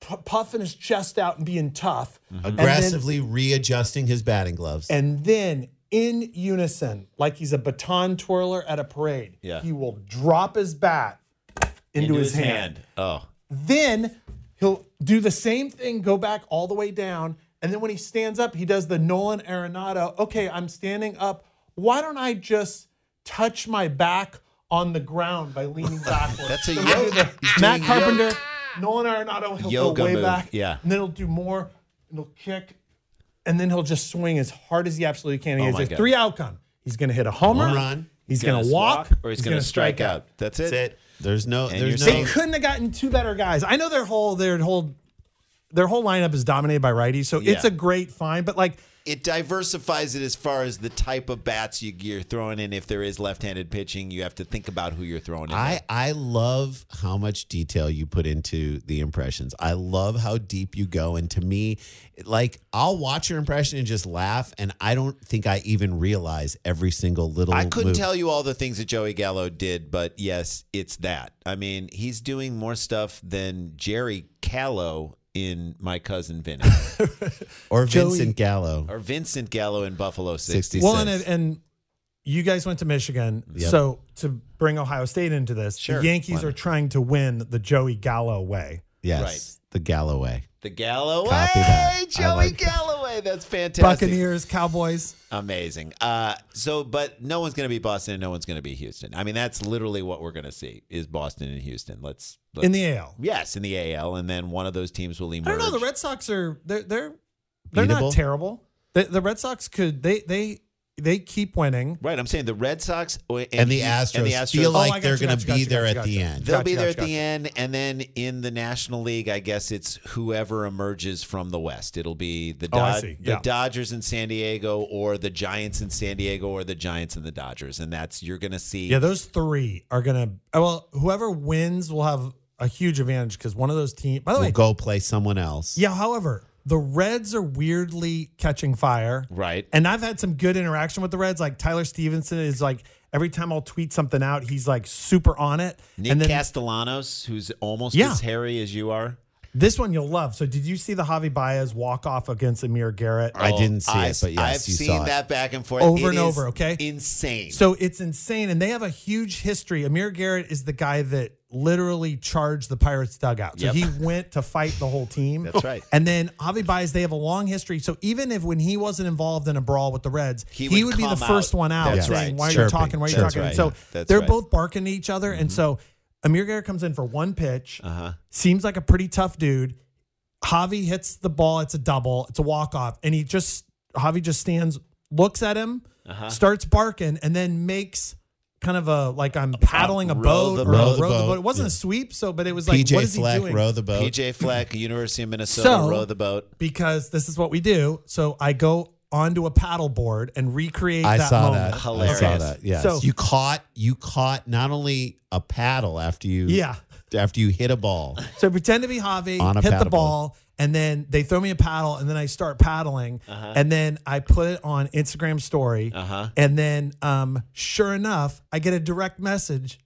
Speaker 6: pu- puffing his chest out and being tough And then-
Speaker 3: Aggressively readjusting his batting gloves.
Speaker 6: and then in unison like he's a baton twirler at a parade
Speaker 2: Yeah.
Speaker 6: he will drop his bat into, his, hand.
Speaker 2: Oh,
Speaker 6: then he'll do the same thing go back all the way down and then when he stands up he does the nolan arenado okay i'm standing up why don't i just touch my back on the ground by leaning backwards
Speaker 2: That's a
Speaker 6: So
Speaker 2: yo-
Speaker 6: he'll do the
Speaker 2: he's
Speaker 6: matt
Speaker 2: doing
Speaker 6: carpenter nolan arenado he'll
Speaker 2: Yoga
Speaker 6: go way
Speaker 2: move,
Speaker 6: back
Speaker 2: yeah.
Speaker 6: and then he'll do more and he'll kick and then he'll just swing as hard as he absolutely can. He
Speaker 2: Oh my
Speaker 6: has a
Speaker 2: God.
Speaker 6: three outcome. He's going to hit a homer.
Speaker 3: Home run.
Speaker 6: He's going to walk,
Speaker 2: or he's, going to strike out. That's it.
Speaker 3: There's no.
Speaker 2: And
Speaker 3: there's
Speaker 2: you're
Speaker 6: They
Speaker 3: no.
Speaker 2: saying-
Speaker 6: couldn't have gotten two better guys. I know their whole their whole their whole lineup is dominated by righties, so it's
Speaker 2: Yeah.
Speaker 6: a great find. But like,
Speaker 2: It diversifies it as far as the type of bats you, you're throwing in. If there is left-handed pitching, you have to think about who you're throwing in.
Speaker 3: I
Speaker 2: there.
Speaker 3: I love how much detail you put into the impressions. I love how deep you go. And to me, like I'll watch your impression and just laugh, and I don't think I even realize every single little.
Speaker 2: I couldn't
Speaker 3: move.
Speaker 2: tell you all the things that Joey Gallo did, but yes, it's that. I mean, he's doing more stuff than Jerry Callow in My Cousin Vinny
Speaker 3: Or
Speaker 6: Joey-
Speaker 3: Vincent Gallo.
Speaker 2: or Vincent Gallo in Buffalo 60.
Speaker 3: 60.
Speaker 6: well, and,
Speaker 3: says-
Speaker 6: and you guys went to Michigan,
Speaker 3: Yep.
Speaker 6: so to bring Ohio State into this,
Speaker 2: Sure,
Speaker 6: the Yankees
Speaker 2: why
Speaker 6: are
Speaker 2: not?
Speaker 6: trying to win the Joey Gallo way.
Speaker 3: Yes,
Speaker 2: Right.
Speaker 3: the Galloway.
Speaker 2: The Galloway,
Speaker 3: Copy that. I
Speaker 2: Joey
Speaker 3: like that.
Speaker 2: Galloway. That's fantastic.
Speaker 6: Buccaneers, Cowboys.
Speaker 2: Amazing. Uh, so, but no one's going to be Boston and no one's going to be Houston. I mean, that's literally what we're going to see is Boston and Houston. Let's, let's
Speaker 6: In the AL.
Speaker 2: yes, in the AL, and then one of those teams will emerge.
Speaker 6: I don't know. The Red Sox are they're they're they're
Speaker 3: Beatable?
Speaker 6: not terrible. The, the Red Sox could they they they keep winning.
Speaker 2: right. I'm saying the Red Sox uh, and,
Speaker 3: And the
Speaker 2: Heat-
Speaker 3: Astros,
Speaker 2: and the
Speaker 3: feel
Speaker 6: Oh, I
Speaker 3: like
Speaker 6: got
Speaker 3: they're
Speaker 6: you,
Speaker 3: going to
Speaker 6: got you,
Speaker 3: be
Speaker 6: got you,
Speaker 3: there
Speaker 6: got
Speaker 3: at
Speaker 6: you,
Speaker 3: the
Speaker 6: got you.
Speaker 3: end.
Speaker 2: They'll
Speaker 6: Oh, Gotcha,
Speaker 2: be there
Speaker 6: gotcha,
Speaker 2: at the
Speaker 6: gotcha.
Speaker 2: end, and then in the National League, I guess it's whoever emerges from the West. It'll be the,
Speaker 6: Oh, I
Speaker 2: Dod-
Speaker 6: see.
Speaker 2: the
Speaker 6: Yeah.
Speaker 2: Dodgers in San Diego, or the Giants in San Diego, or the Giants and the Dodgers, and that's you're going to see.
Speaker 6: Yeah, those three are gonna. oh, Well, whoever wins will have a huge advantage because one of those teams. By the
Speaker 3: We'll
Speaker 6: way,
Speaker 3: go play someone else.
Speaker 6: yeah. However, the Reds are weirdly catching fire.
Speaker 2: right.
Speaker 6: And I've had some good interaction with the Reds. Like Tyler Stevenson is like every time I'll tweet something out, he's like super on it.
Speaker 2: Nick
Speaker 6: and then
Speaker 2: Castellanos, who's almost
Speaker 6: Yeah.
Speaker 2: as hairy as you are.
Speaker 6: this one you'll love. So did you see the Javi Baez walk off against Amir Garrett?
Speaker 3: I didn't see
Speaker 2: I-
Speaker 3: it, but yes,
Speaker 2: Oh, I've
Speaker 3: you
Speaker 2: seen
Speaker 3: saw it.
Speaker 2: that back and forth
Speaker 6: Over
Speaker 2: It
Speaker 6: and
Speaker 2: is
Speaker 6: over, okay?
Speaker 2: Insane.
Speaker 6: So it's insane. And they have a huge history. Amir Garrett is the guy that literally charged the Pirates dugout. So
Speaker 2: Yep.
Speaker 6: he went to fight the whole team.
Speaker 2: That's right.
Speaker 6: And then Javi Baez, they have a long history. So even if when he wasn't involved in a brawl with the Reds,
Speaker 2: He
Speaker 6: he,
Speaker 2: would
Speaker 6: would, be the
Speaker 2: come
Speaker 6: first
Speaker 2: out.
Speaker 6: one out
Speaker 2: That's
Speaker 6: saying,
Speaker 2: right.
Speaker 6: Why are you
Speaker 3: Chirping.
Speaker 6: talking? Why are you
Speaker 3: That's
Speaker 6: talking?
Speaker 3: right.
Speaker 6: So
Speaker 2: Yeah. That's
Speaker 6: they're
Speaker 2: right. Mm-hmm.
Speaker 6: both barking at each other. And so Amir Garrett comes in for one pitch, uh-huh. seems like a pretty tough dude. Javi hits the ball. It's a double. It's a walk off, and he just Javi just stands, looks at him,
Speaker 3: Uh-huh.
Speaker 6: starts barking, and then makes kind of a like I'm paddling a
Speaker 2: row
Speaker 6: boat
Speaker 2: the
Speaker 6: or
Speaker 2: boat.
Speaker 3: Row the
Speaker 6: row the
Speaker 3: boat.
Speaker 6: boat. It wasn't a sweep, so but it was like what
Speaker 3: PJ
Speaker 6: is he
Speaker 3: Fleck,
Speaker 6: doing?
Speaker 3: row the boat.
Speaker 2: PJ Fleck, University of Minnesota,
Speaker 6: So-
Speaker 2: row the boat.
Speaker 6: because this is what we do. So I go onto a paddle board and recreate
Speaker 3: I
Speaker 6: that
Speaker 3: saw
Speaker 6: moment.
Speaker 3: that.
Speaker 2: Hilarious.
Speaker 3: I saw that. Yes.
Speaker 6: Oh, So-
Speaker 3: you caught you caught not only a paddle after you
Speaker 6: Yeah.
Speaker 3: after you hit a ball.
Speaker 6: So I pretend to be Javi,
Speaker 3: On a
Speaker 6: hit the
Speaker 3: paddleboard.
Speaker 6: ball, and then they throw me a paddle, and then I start paddling, and then I put it on Instagram story, and then um, sure enough, I get a direct message,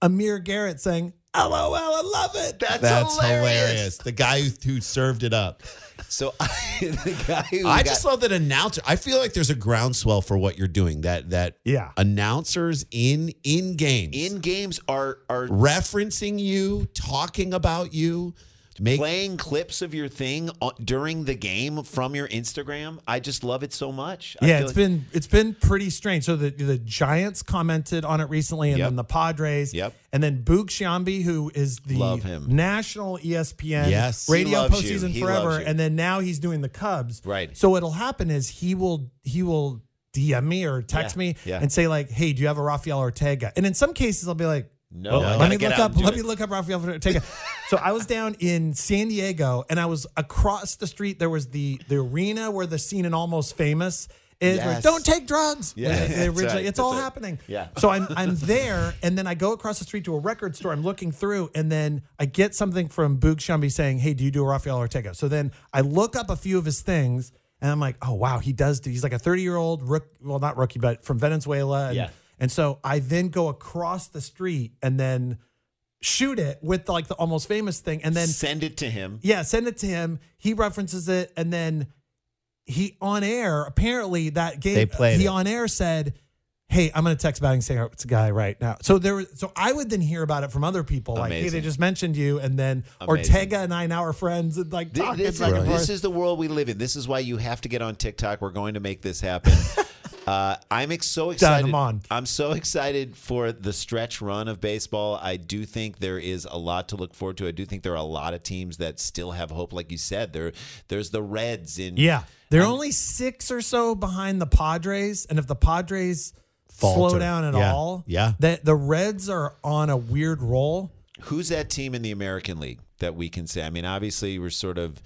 Speaker 6: Amir Garrett saying, "LOL, I love it."
Speaker 2: That's,
Speaker 3: That's
Speaker 2: hilarious.
Speaker 3: hilarious. The guy who, who served it up.
Speaker 2: So I, the guy who
Speaker 3: I
Speaker 2: got-
Speaker 3: just love that announcer. I feel like there's a groundswell for what you're doing. That that
Speaker 6: Yeah.
Speaker 3: announcers in in games
Speaker 2: in games are are
Speaker 3: referencing you, talking about you, make
Speaker 2: playing clips of your thing on- during the game from your Instagram. I just love it so much. I feel
Speaker 6: yeah, it's
Speaker 2: like-
Speaker 6: been it's been pretty strange. So the the Giants commented on it recently, and
Speaker 2: Yep.
Speaker 6: then the Padres,
Speaker 2: Yep.
Speaker 6: and then Boog Shambi, who is the
Speaker 2: Love him.
Speaker 6: national E ESPN
Speaker 3: Yes. He
Speaker 6: radio
Speaker 2: loves you.
Speaker 6: postseason
Speaker 2: He
Speaker 6: forever,
Speaker 2: loves you.
Speaker 6: and then now he's doing the Cubs.
Speaker 2: Right.
Speaker 6: So what'll happen is he will he will DM me or text
Speaker 2: Yeah,
Speaker 6: me
Speaker 2: yeah.
Speaker 6: and say like, "Hey, do you have a Rafael Ortega?" And in some cases, I'll be like.
Speaker 2: No, I
Speaker 6: let
Speaker 2: gotta
Speaker 6: me
Speaker 2: get
Speaker 6: look
Speaker 2: out
Speaker 6: up.
Speaker 2: and do
Speaker 6: Let
Speaker 2: it.
Speaker 6: me look up Rafael Ortega. so I was down in San Diego, and I was across the street. There was the the arena where the scene in Almost Famous is. where,
Speaker 2: Yes.
Speaker 6: Don't take drugs.
Speaker 2: Yeah,
Speaker 6: Like, they
Speaker 2: that's
Speaker 6: originally-
Speaker 2: right,
Speaker 6: it's
Speaker 2: that's
Speaker 6: all
Speaker 2: right.
Speaker 6: happening.
Speaker 2: Yeah.
Speaker 6: So I'm I'm there, and then I go across the street to a record store. I'm looking through, and then I get something from Boog Shumby saying, "Hey, do you do a Rafael Ortega?" So then I look up a few of his things, and I'm like, "Oh wow, he does do." He's like a 30 year old rook, well not rookie, but from Venezuela. And,
Speaker 2: Yeah.
Speaker 6: And so I then go across the street and then shoot it with like the almost famous thing, and then
Speaker 2: send it to him.
Speaker 6: yeah, send it to him. He references it, and then he on air. Apparently, that game
Speaker 3: They played
Speaker 6: he
Speaker 3: it.
Speaker 6: on air said, "Hey, I'm going to text batting saying it's a guy right now." So there, was- so I would then hear about it from other people, like, "Hey, they
Speaker 2: Amazing.
Speaker 6: just mentioned you," and then
Speaker 2: Amazing.
Speaker 6: Ortega and I now are friends, and like
Speaker 2: Th-
Speaker 6: talking
Speaker 2: This,
Speaker 6: back
Speaker 2: like,
Speaker 6: and
Speaker 2: this
Speaker 6: forth.
Speaker 2: is the world we live in. This is why you have to get on TikTok. We're going to make this happen. uh, I'm ex- so excited.
Speaker 6: I'm on.
Speaker 2: I'm so excited for the stretch run of baseball. I do think there is a lot to look forward to. I do think there are a lot of teams that still have hope. Like you said, there there's the Reds in
Speaker 6: yeah. They're only six or so behind the Padres, and if the Padres slow
Speaker 3: Falter.
Speaker 6: down at
Speaker 3: Yeah.
Speaker 6: all,
Speaker 3: Yeah.
Speaker 6: that the Reds are on a weird roll.
Speaker 2: who's that team in the American League that we can say? I mean, obviously we're sort of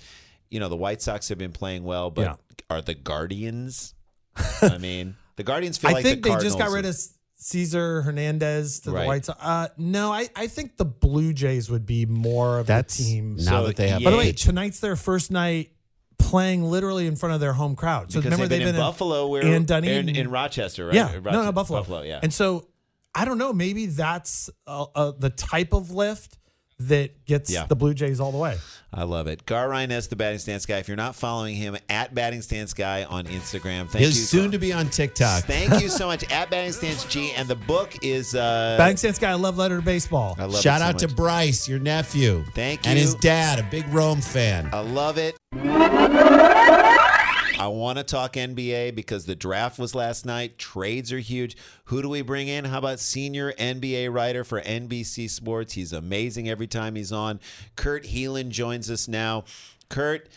Speaker 2: you know, the White Sox have been playing well, but
Speaker 6: Yeah.
Speaker 2: are the Guardians? I mean, the Guardians feel
Speaker 6: I
Speaker 2: like
Speaker 6: think
Speaker 2: the
Speaker 6: they just got
Speaker 2: Cardinals-
Speaker 6: rid of Caesar Hernandez to
Speaker 2: Right.
Speaker 6: the White Sox. Uh, no, I, I think the Blue Jays would be more of
Speaker 3: That's
Speaker 6: the team.
Speaker 3: now
Speaker 2: So,
Speaker 3: that they have.
Speaker 6: By the
Speaker 2: yeah.
Speaker 6: way, tonight's their first night playing literally in front of their home crowd. So
Speaker 2: because
Speaker 6: remember
Speaker 2: they've been, in Buffalo, where
Speaker 6: and Dunedin.
Speaker 2: in, in Rochester, right?
Speaker 6: Yeah,
Speaker 2: Or
Speaker 6: no, no,
Speaker 2: Roche-
Speaker 6: Buffalo.
Speaker 2: Buffalo, yeah.
Speaker 6: And so I don't know. Maybe that's uh, uh, the type of lift that gets
Speaker 2: Yeah.
Speaker 6: the Blue Jays all the way.
Speaker 2: I love it. Gar Ryan S, the batting stance guy. If you're not following him at batting stance guy on Instagram, thank you.
Speaker 3: He's soon to be on TikTok.
Speaker 2: Thank you so much at batting stance G. And the book is uh,
Speaker 6: Batting stance guy, love letter to baseball.
Speaker 2: I love
Speaker 3: Shout
Speaker 2: it so
Speaker 3: out to
Speaker 2: much.
Speaker 3: Bryce, your nephew.
Speaker 2: Thank
Speaker 3: And
Speaker 2: you. Uh,
Speaker 3: his dad, a big Rome fan.
Speaker 2: I love it. I want to talk NBA because the draft was last night. Trades are huge. Who do we bring in? How about senior NBA writer for NBC Sports? He's amazing every time he's on. Kurt Heelan joins us now. Kurt,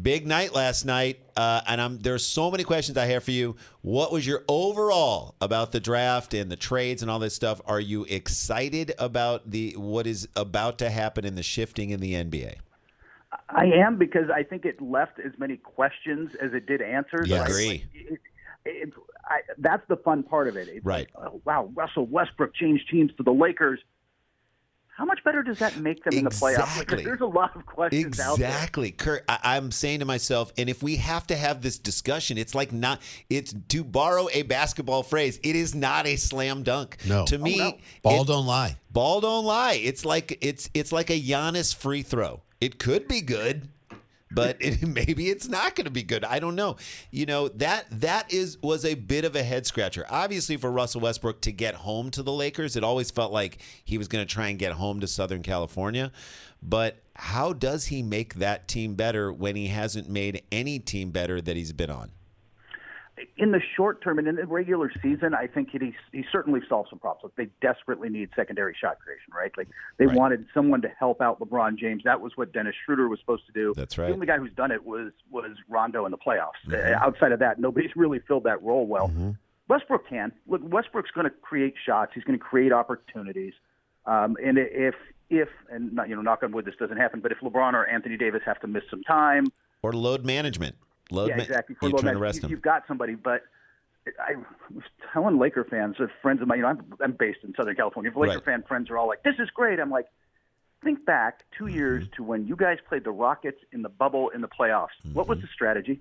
Speaker 2: big night last night, uh, and I'm there's so many questions I have for you. What was your overall about the draft and the trades and all this stuff? Are you excited about the what is about to happen in the shifting in the NBA?
Speaker 7: I am because I think it left as many questions as it did answers.
Speaker 2: Yeah,
Speaker 7: Like,
Speaker 2: agree.
Speaker 7: like, it- it- I- that's the fun part of it. It's
Speaker 2: Right.
Speaker 7: like, oh, wow, Russell Westbrook changed teams to the Lakers. How much better does that make them in the playoffs?
Speaker 2: Exactly.
Speaker 7: Because there's a lot of questions out there.
Speaker 2: Exactly, Kurt. I, I'm saying to myself, and if we have to have this discussion, it's like not. It's to borrow a basketball phrase. It is not a slam dunk.
Speaker 3: No.
Speaker 2: to me,
Speaker 7: Oh, no.
Speaker 3: Ball
Speaker 2: it-
Speaker 3: don't lie.
Speaker 2: ball don't lie. It's like it's it's like a Giannis free throw. It could be good, but it, maybe it's not going to be good. I don't know. You know that that is was a bit of a head scratcher. Obviously, for Russell Westbrook to get home to the Lakers, it always felt like he was going to try and get home to Southern California. But how does he make that team better when he hasn't made any team better that he's been on?
Speaker 7: in the short term and in the regular season, I think he he certainly solved some problems. Like, they desperately need secondary shot creation, right? Like they
Speaker 2: Right.
Speaker 7: wanted someone to help out LeBron James. That was what Dennis Schroeder was supposed to do.
Speaker 2: That's right. Mm-hmm.
Speaker 7: The only guy who's done it was was Rondo in the playoffs. Uh, Outside of that, nobody's really filled that role well. Westbrook can look. Westbrook's going to create shots. He's going to create opportunities. Um, and if if and not, you know, knock on wood, this doesn't happen. But if LeBron or Anthony Davis have to miss some time,
Speaker 2: Or load management? Load
Speaker 7: yeah,
Speaker 2: ma-
Speaker 7: exactly.
Speaker 2: You're
Speaker 7: Low
Speaker 2: trying to
Speaker 7: match,
Speaker 2: rest
Speaker 7: you,
Speaker 2: him.
Speaker 7: have got somebody, but I was telling Laker fans, uh, friends of mine, you know, I'm, I'm based in Southern California. Laker
Speaker 2: Right.
Speaker 7: fan friends are all like, "This is great." I'm like, think back 2
Speaker 2: Mm-hmm.
Speaker 7: years to when you guys played the Rockets in the bubble in the playoffs. What
Speaker 2: Mm-hmm.
Speaker 7: was the strategy?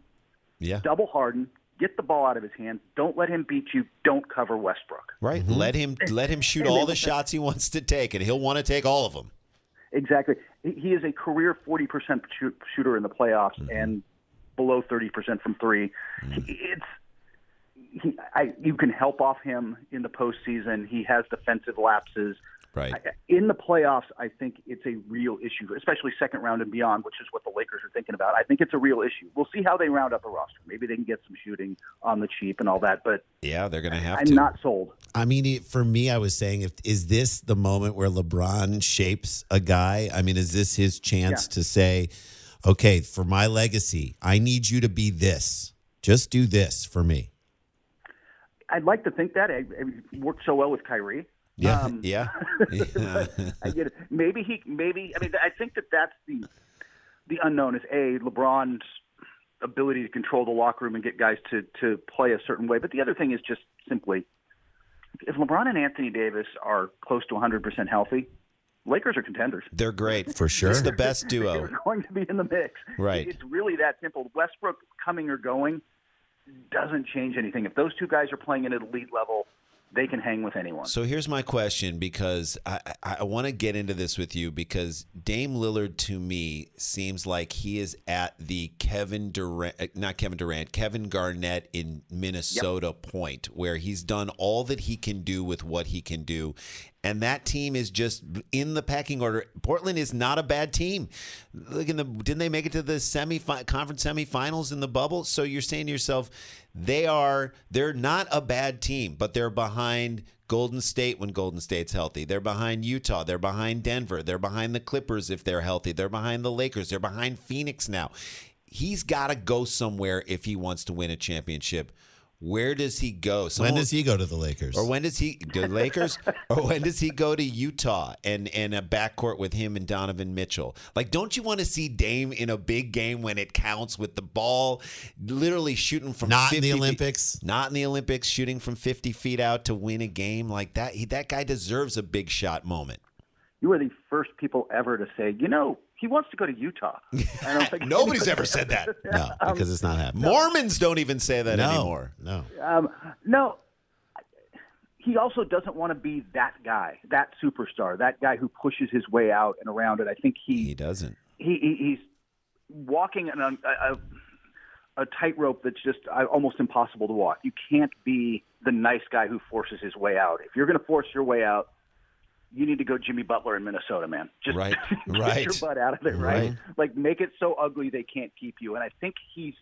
Speaker 2: yeah.
Speaker 7: Double Harden, get the ball out of his hands. Don't let him beat you. Don't cover Westbrook.
Speaker 2: Right. Let him let him shoot all the shots he wants to take, and he'll want to take all of them.
Speaker 7: Exactly. He, he is a career 40% shoot, shooter in the playoffs and below 30% from 3 He, it's he, I, you can help off him in the postseason. He has defensive lapses.
Speaker 2: Right.
Speaker 7: I- In the playoffs, I think it's a real issue, especially second round and beyond, which is what the Lakers are thinking about. I think it's a real issue. We'll see how they round up the roster. Maybe they can get some shooting on the cheap and all that, but
Speaker 2: Yeah, they're gonna have
Speaker 7: I'm
Speaker 2: to.
Speaker 7: not sold.
Speaker 3: I mean, it- for me, I was saying, if is this the moment where LeBron shapes a guy? I mean, is this his chance
Speaker 7: Yeah.
Speaker 3: to say, okay, for my legacy, I need you to be this. Just do this for me.
Speaker 7: I'd like to think that. It it worked so well with Kyrie.
Speaker 2: yeah,
Speaker 7: Um,
Speaker 2: yeah.
Speaker 7: I get it. Maybe he. Maybe I mean. I think that that's the the unknown is a LeBron's ability to control the locker room and get guys to to play a certain way. But the other thing is just simply if LeBron and Anthony Davis are close to 100 percent healthy, Lakers are contenders.
Speaker 2: They're great
Speaker 3: For sure.
Speaker 2: It's the best duo.
Speaker 7: They're going to be in the mix.
Speaker 2: Right.
Speaker 7: It's really that simple. Westbrook coming or going doesn't change anything. If those two guys are playing at an elite level, they can hang with anyone.
Speaker 2: So here's my question because I I, I want to get into this with you because Dame Lillard to me seems like he is at the Kevin Durant uh, not Kevin Durant Kevin Garnett in Minnesota point where he's done all that he can do with what he can do and that team is just in the pecking order. Portland is not a bad team. Look in the didn't they make it to the semi conference semifinals in the bubble? So you're saying to yourself, they are they're not a bad team, but they're behind Golden State when Golden State's healthy. They're behind Utah. They're behind Denver. They're behind the Clippers if they're healthy. They're behind the Lakers. They're behind Phoenix now. He's got to go somewhere if he wants to win a championship. Where does he go?
Speaker 3: When
Speaker 2: Someone-
Speaker 3: does he go to the Lakers?
Speaker 2: Or when does he the Lakers? or when does he go to Utah and and a backcourt with him and Donovan Mitchell? Like, don't you want to see Dame in a big game when it counts with the ball, literally shooting from
Speaker 3: Not in
Speaker 2: 50
Speaker 3: the
Speaker 2: feet-
Speaker 3: Olympics.
Speaker 2: not in the Olympics, shooting from fifty feet out to win a game like that. He, that guy deserves a big shot moment.
Speaker 7: You were the first people ever to say, you know, he wants to go to Utah. And I was like,
Speaker 2: Nobody's ever said that.
Speaker 3: no, because it's not happening.
Speaker 2: Mormons don't even say that
Speaker 3: no,
Speaker 2: anymore.
Speaker 3: No.
Speaker 7: Um, no, he also doesn't want to be that guy, that superstar, that guy who pushes his way out and around it. I think
Speaker 2: He doesn't.
Speaker 7: he, he he's walking an, a, a, a tightrope that's just uh, almost impossible to walk. You can't be the nice guy who forces his way out. If you're going to force your way out, you need to go Jimmy Butler in Minnesota, man. Just
Speaker 2: Right,
Speaker 7: get
Speaker 2: right,
Speaker 7: your butt out of there, right? Like make it so ugly they can't keep you. And I think he's.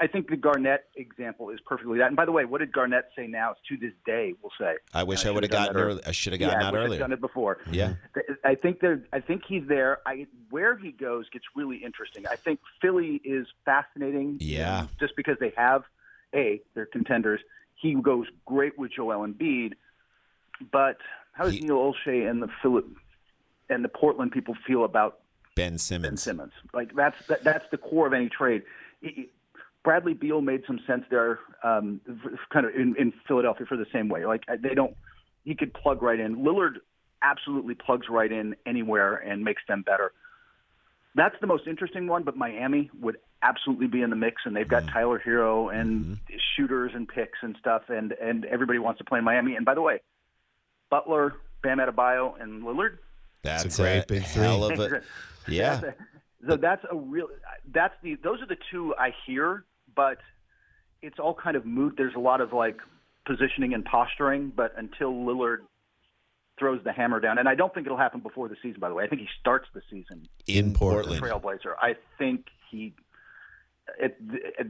Speaker 7: I think the Garnett example is perfectly that. And by the way, what did Garnett say now? It's to this day, we'll say.
Speaker 2: I wish I,
Speaker 7: should've
Speaker 2: would have
Speaker 7: done
Speaker 2: gotten
Speaker 7: that
Speaker 2: early. I should have gotten
Speaker 7: yeah,
Speaker 2: out
Speaker 7: we should've
Speaker 2: earlier.
Speaker 7: Done it before.
Speaker 2: Yeah.
Speaker 7: Th- I think there. I think he's there. I where he goes gets really interesting. I think Philly is fascinating.
Speaker 2: Yeah.
Speaker 7: um, Just because they have a they're contenders. He goes great with Joel Embiid, but how does
Speaker 2: He-
Speaker 7: Neil Olshay and the Philip and the Portland people feel about
Speaker 2: Ben
Speaker 7: Ben
Speaker 2: Simmons.
Speaker 7: Simmons? Like that's that, that's the core of any trade. It- it- Bradley Beal made some sense there, um, v- kind of in, in Philadelphia for the same way. Like I- they don't, he could plug right in. Lillard absolutely plugs right in anywhere and makes them better. That's the most interesting one, but Miami would absolutely be in the mix, and they've got Tyler Hero and shooters and picks and stuff, and and everybody wants to play in Miami. And by the way, Butler, Bam Adebayo, and Lillard.
Speaker 2: That's
Speaker 3: It's a great big
Speaker 2: hell of a. Yeah.
Speaker 7: That's a- so that's a real. That's the. Those are the two I hear, but it's all kind of moot. There's a lot of like positioning and posturing, but until Lillard throws the hammer down, and I don't think it'll happen before the season. By the way, I think he starts the season
Speaker 2: in
Speaker 7: the
Speaker 2: Portland.
Speaker 7: Trailblazer. I think he at the, at,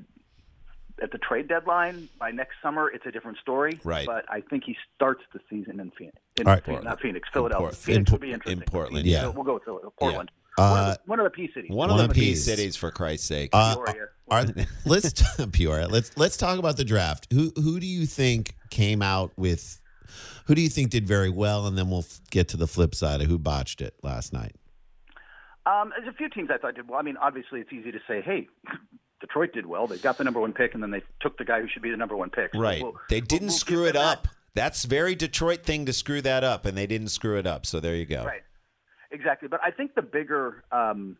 Speaker 7: at the trade deadline by next summer, it's a different story.
Speaker 2: Right.
Speaker 7: But I think he starts the season in Phoenix. In
Speaker 3: All right.
Speaker 7: Phoenix not Phoenix,
Speaker 2: In
Speaker 7: Philadelphia.
Speaker 2: Port-
Speaker 7: Phoenix
Speaker 2: in
Speaker 7: would be
Speaker 2: Por-
Speaker 7: interesting.
Speaker 2: in Portland,
Speaker 3: yeah.
Speaker 7: we'll go with Phil- Portland. One, of
Speaker 3: Uh,
Speaker 7: the, one of the P cities.
Speaker 2: One,
Speaker 3: One
Speaker 2: of the P
Speaker 3: apiece.
Speaker 2: cities, for Christ's sake.
Speaker 3: Uh,
Speaker 7: Peoria.
Speaker 3: are, let's t- Peoria. Let's let's talk about the draft. Who who do you think came out with? Who do you think did very well? And then we'll f- get to the flip side of who botched it last night.
Speaker 7: Um, there's a few teams I thought did well. I mean, obviously, it's easy to say, hey, Detroit did well. They got the number one pick, and then they took the guy who should be the number one pick. So
Speaker 2: right.
Speaker 7: we'll-
Speaker 2: they
Speaker 7: we'll-
Speaker 2: didn't
Speaker 7: we'll give
Speaker 2: screw it
Speaker 7: them that.
Speaker 2: up. That's very Detroit thing to screw that up, and they didn't screw it up. So there you go.
Speaker 7: Right. Exactly. But I think the bigger, um,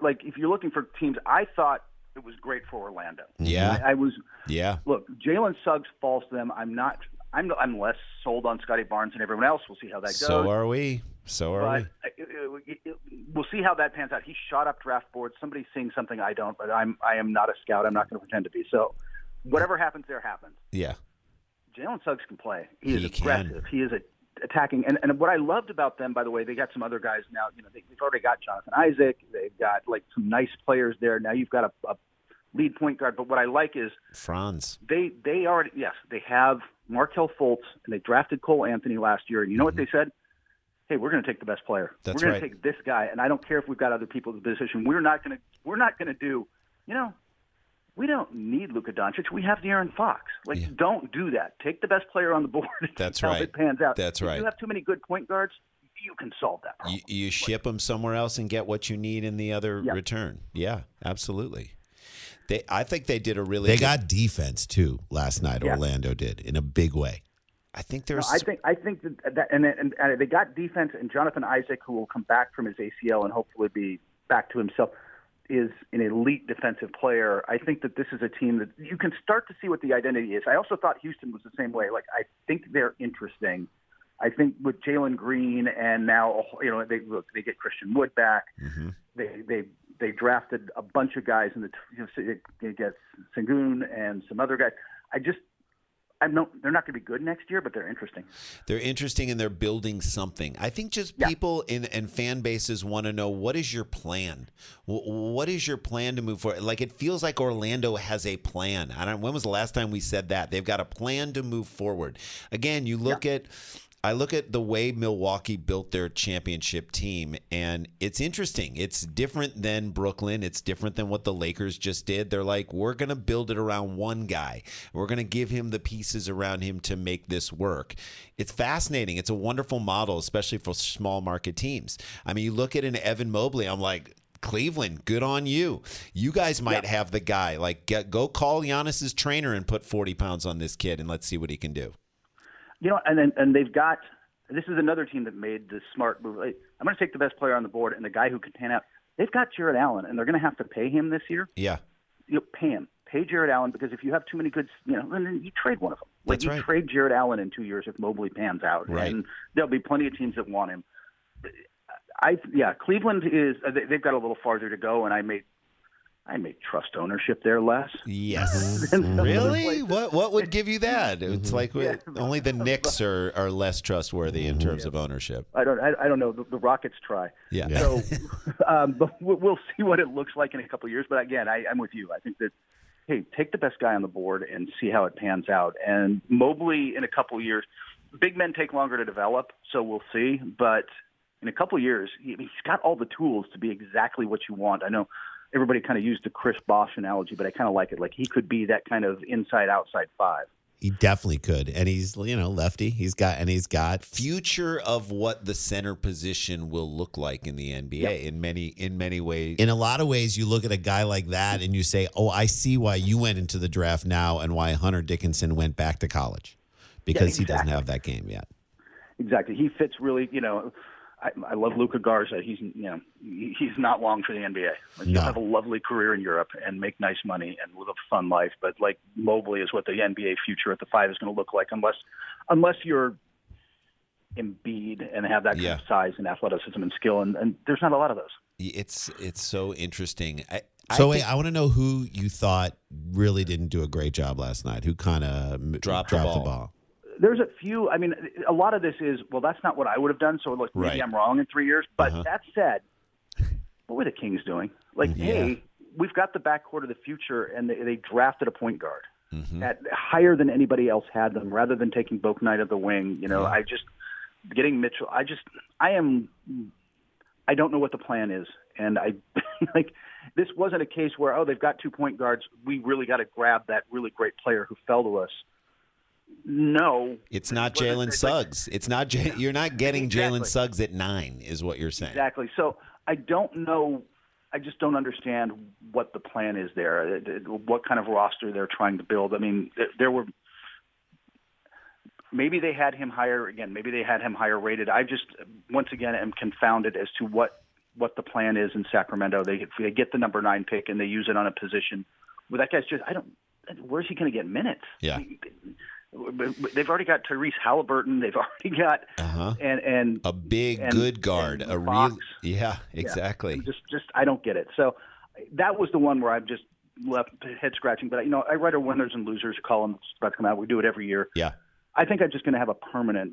Speaker 7: like, if you're looking for teams, I thought it was great for Orlando.
Speaker 2: Yeah.
Speaker 7: I, I was.
Speaker 2: Yeah.
Speaker 7: Look, Jalen Suggs falls to them. I'm not. I'm. I'm less sold on Scotty Barnes than everyone else. We'll see how that
Speaker 2: So
Speaker 7: goes.
Speaker 2: are we. So are
Speaker 7: but
Speaker 2: we.
Speaker 7: uh, it- it- we'll see how that pans out. He shot up draft boards. Somebody's seeing something I don't, but I'm. I am not a scout. I'm not going to pretend to be. So, whatever happens, there happens.
Speaker 2: Yeah.
Speaker 7: Jalen Suggs can play. He is
Speaker 2: He can.
Speaker 7: aggressive. He is a, attacking. And, and what I loved about them, by the way, they got some other guys now. You know, they, they've already got Jonathan Isaac. They've got like some nice players there. Now you've got a, a lead point guard. But what I like is
Speaker 2: Franz.
Speaker 7: they they already yes they have Markel Fultz and they drafted Cole Anthony last year. And you know what they said? Hey, we're going to take the best player.
Speaker 2: Mm-hmm. That's
Speaker 7: we're going
Speaker 2: right.
Speaker 7: to take this guy. And I don't care if we've got other people in the position. We're not going to we're not going to do. You know, we don't need Luka Doncic. We have De'Aaron Fox. Like, don't do that. Take the best player on the board. and
Speaker 2: That's
Speaker 7: see how
Speaker 2: right.
Speaker 7: It pans out.
Speaker 2: That's
Speaker 7: if
Speaker 2: right.
Speaker 7: You have too many good point guards. You can solve that problem.
Speaker 2: You, you ship them somewhere else and get what you need in the other
Speaker 7: Yeah.
Speaker 2: return. Yeah. Absolutely. They. I think they did a really.
Speaker 3: They
Speaker 2: good-
Speaker 3: got defense too last night.
Speaker 7: Yeah.
Speaker 3: Orlando did in a big way.
Speaker 2: I think there's.
Speaker 7: No, I think I think that, that and, and and they got defense and Jonathan Isaac, who will come back from his ACL and hopefully be back to himself, is an elite defensive player. I think that this is a team that you can start to see what the identity is. I also thought Houston was the same way. Like I think they're interesting. I think with Jalen Green and now you know they look they get Christian Wood back. They they they drafted a bunch of guys in the you know, so they they get Sengun and some other guys. I just I'm no, they're not going to be good next year, but they're interesting.
Speaker 2: They're interesting and they're building something. I think just
Speaker 7: Yeah.
Speaker 2: people in and fan bases want to know what is your plan? Wh- What is your plan to move forward? Like it feels like Orlando has a plan. I don't when was the last time we said that? They've got a plan to move forward. Again, you look at I look at the way Milwaukee built their championship team, and it's interesting. It's different than Brooklyn. It's different than what the Lakers just did. They're like, we're going to build it around one guy. We're going to give him the pieces around him to make this work. It's fascinating. It's a wonderful model, especially for small market teams. I mean, you look at an Evan Mobley, I'm like, Cleveland, good on you. You guys might have the guy. Like, get, go call Giannis's trainer and put 40 pounds on this kid, and let's see what he can do.
Speaker 7: You know, and then and they've got this is another team that made the smart move. Like, I'm going to take the best player on the board and the guy who can pan out. They've got Jared Allen, and they're going to have to pay him this year.
Speaker 2: Yeah.
Speaker 7: You know, pay him, pay Jared Allen because if you have too many good, you know, then you trade one of them. Like
Speaker 2: That's
Speaker 7: you
Speaker 2: right.
Speaker 7: trade Jared Allen in two years if Mobley pans out,
Speaker 2: Right.
Speaker 7: and there'll be plenty of teams that want him. I yeah, Cleveland is uh, they- they've got a little farther to go, and I may I may trust ownership there less.
Speaker 3: Mm-hmm.
Speaker 2: Yes.
Speaker 7: Than some other
Speaker 2: really?
Speaker 7: places.
Speaker 2: What what would give you that? It's like only the Knicks are, are less trustworthy in terms of ownership.
Speaker 7: I don't I, I don't know the, the Rockets try.
Speaker 2: Yeah.
Speaker 7: So, um, but we- we'll see what it looks like in a couple of years. But again, I, I'm with you. I think that hey, take the best guy on the board and see how it pans out. And Mobley in a couple of years, big men take longer to develop, so we'll see. But in a couple of years, he- he's got all the tools to be exactly what you want. I know everybody kind of used the Chris Bosh analogy, but I kind of like it. Like he could be that kind of inside outside five.
Speaker 3: He definitely could, and he's you know lefty. He's got and he's got
Speaker 2: Future of what the center position will look like in the NBA in many in many ways.
Speaker 3: in a lot of ways, you look at a guy like that and you say, "Oh, I see why you went into the draft now and why Hunter Dickinson went back to college because he doesn't
Speaker 7: exactly.
Speaker 3: have that game yet."
Speaker 7: Exactly. He fits really, you know. I, I love Luca Garza. He's, you know, he- he's not long for the NBA. Like,
Speaker 3: No.
Speaker 7: He'll have a lovely career in Europe and make nice money and live a fun life. But like Mobley is what the NBA future at the five is going to look like, unless, unless you're Embiid and have that kind
Speaker 2: Yeah.
Speaker 7: of size and athleticism and skill. And, and there's not a lot of those.
Speaker 2: It's it's so interesting. I,
Speaker 3: So
Speaker 2: I
Speaker 3: wait,
Speaker 2: think-
Speaker 3: I want to know who you thought really didn't do a great job last night. Who kind of
Speaker 2: Dropped the
Speaker 3: dropped the
Speaker 2: ball.
Speaker 3: ball?
Speaker 7: There's a few. I mean, a lot of this is well, that's not what I would have done. So look, maybe
Speaker 2: Right.
Speaker 7: I'm wrong in three years. But that said, what were the Kings doing? Like, hey, we've got the backcourt of the future, and they, they drafted a point guard at higher than anybody else had them, rather than taking Boak Knight of the wing. You know, I just getting Mitchell. I just I am I don't know what the plan is, and I like this wasn't a case where oh they've got two point guards. We really got to grab that really great player who fell to us. No,
Speaker 2: it's not
Speaker 7: Well,
Speaker 2: Jalen
Speaker 7: it's like-
Speaker 2: Suggs. It's not J- you're not getting Jalen
Speaker 7: Exactly.
Speaker 2: Suggs at nine, is what you're saying.
Speaker 7: Exactly. So I don't know. I just don't understand what the plan is there. it- it- What kind of roster they're trying to build. I mean, there, there were maybe they had him higher again. Maybe they had him higher rated. I just once again am confounded as to what what the plan is in Sacramento. They they get the number nine pick and they use it on a position. Well, that guy's just I don't. Where's he going to get minutes?
Speaker 2: Yeah.
Speaker 7: They've already got Tyrese Halliburton. They've already got
Speaker 2: Uh-huh.
Speaker 7: and and
Speaker 2: A big
Speaker 7: And-
Speaker 2: good guard.
Speaker 7: and
Speaker 2: A
Speaker 7: Fox.
Speaker 2: real Yeah, exactly.
Speaker 7: I'm just just I don't get it. So that was the one where I'm just left head scratching. But you know, I write our winners and losers column that's about to come out. We do it every year.
Speaker 2: Yeah.
Speaker 7: I think I'm just going to have a permanent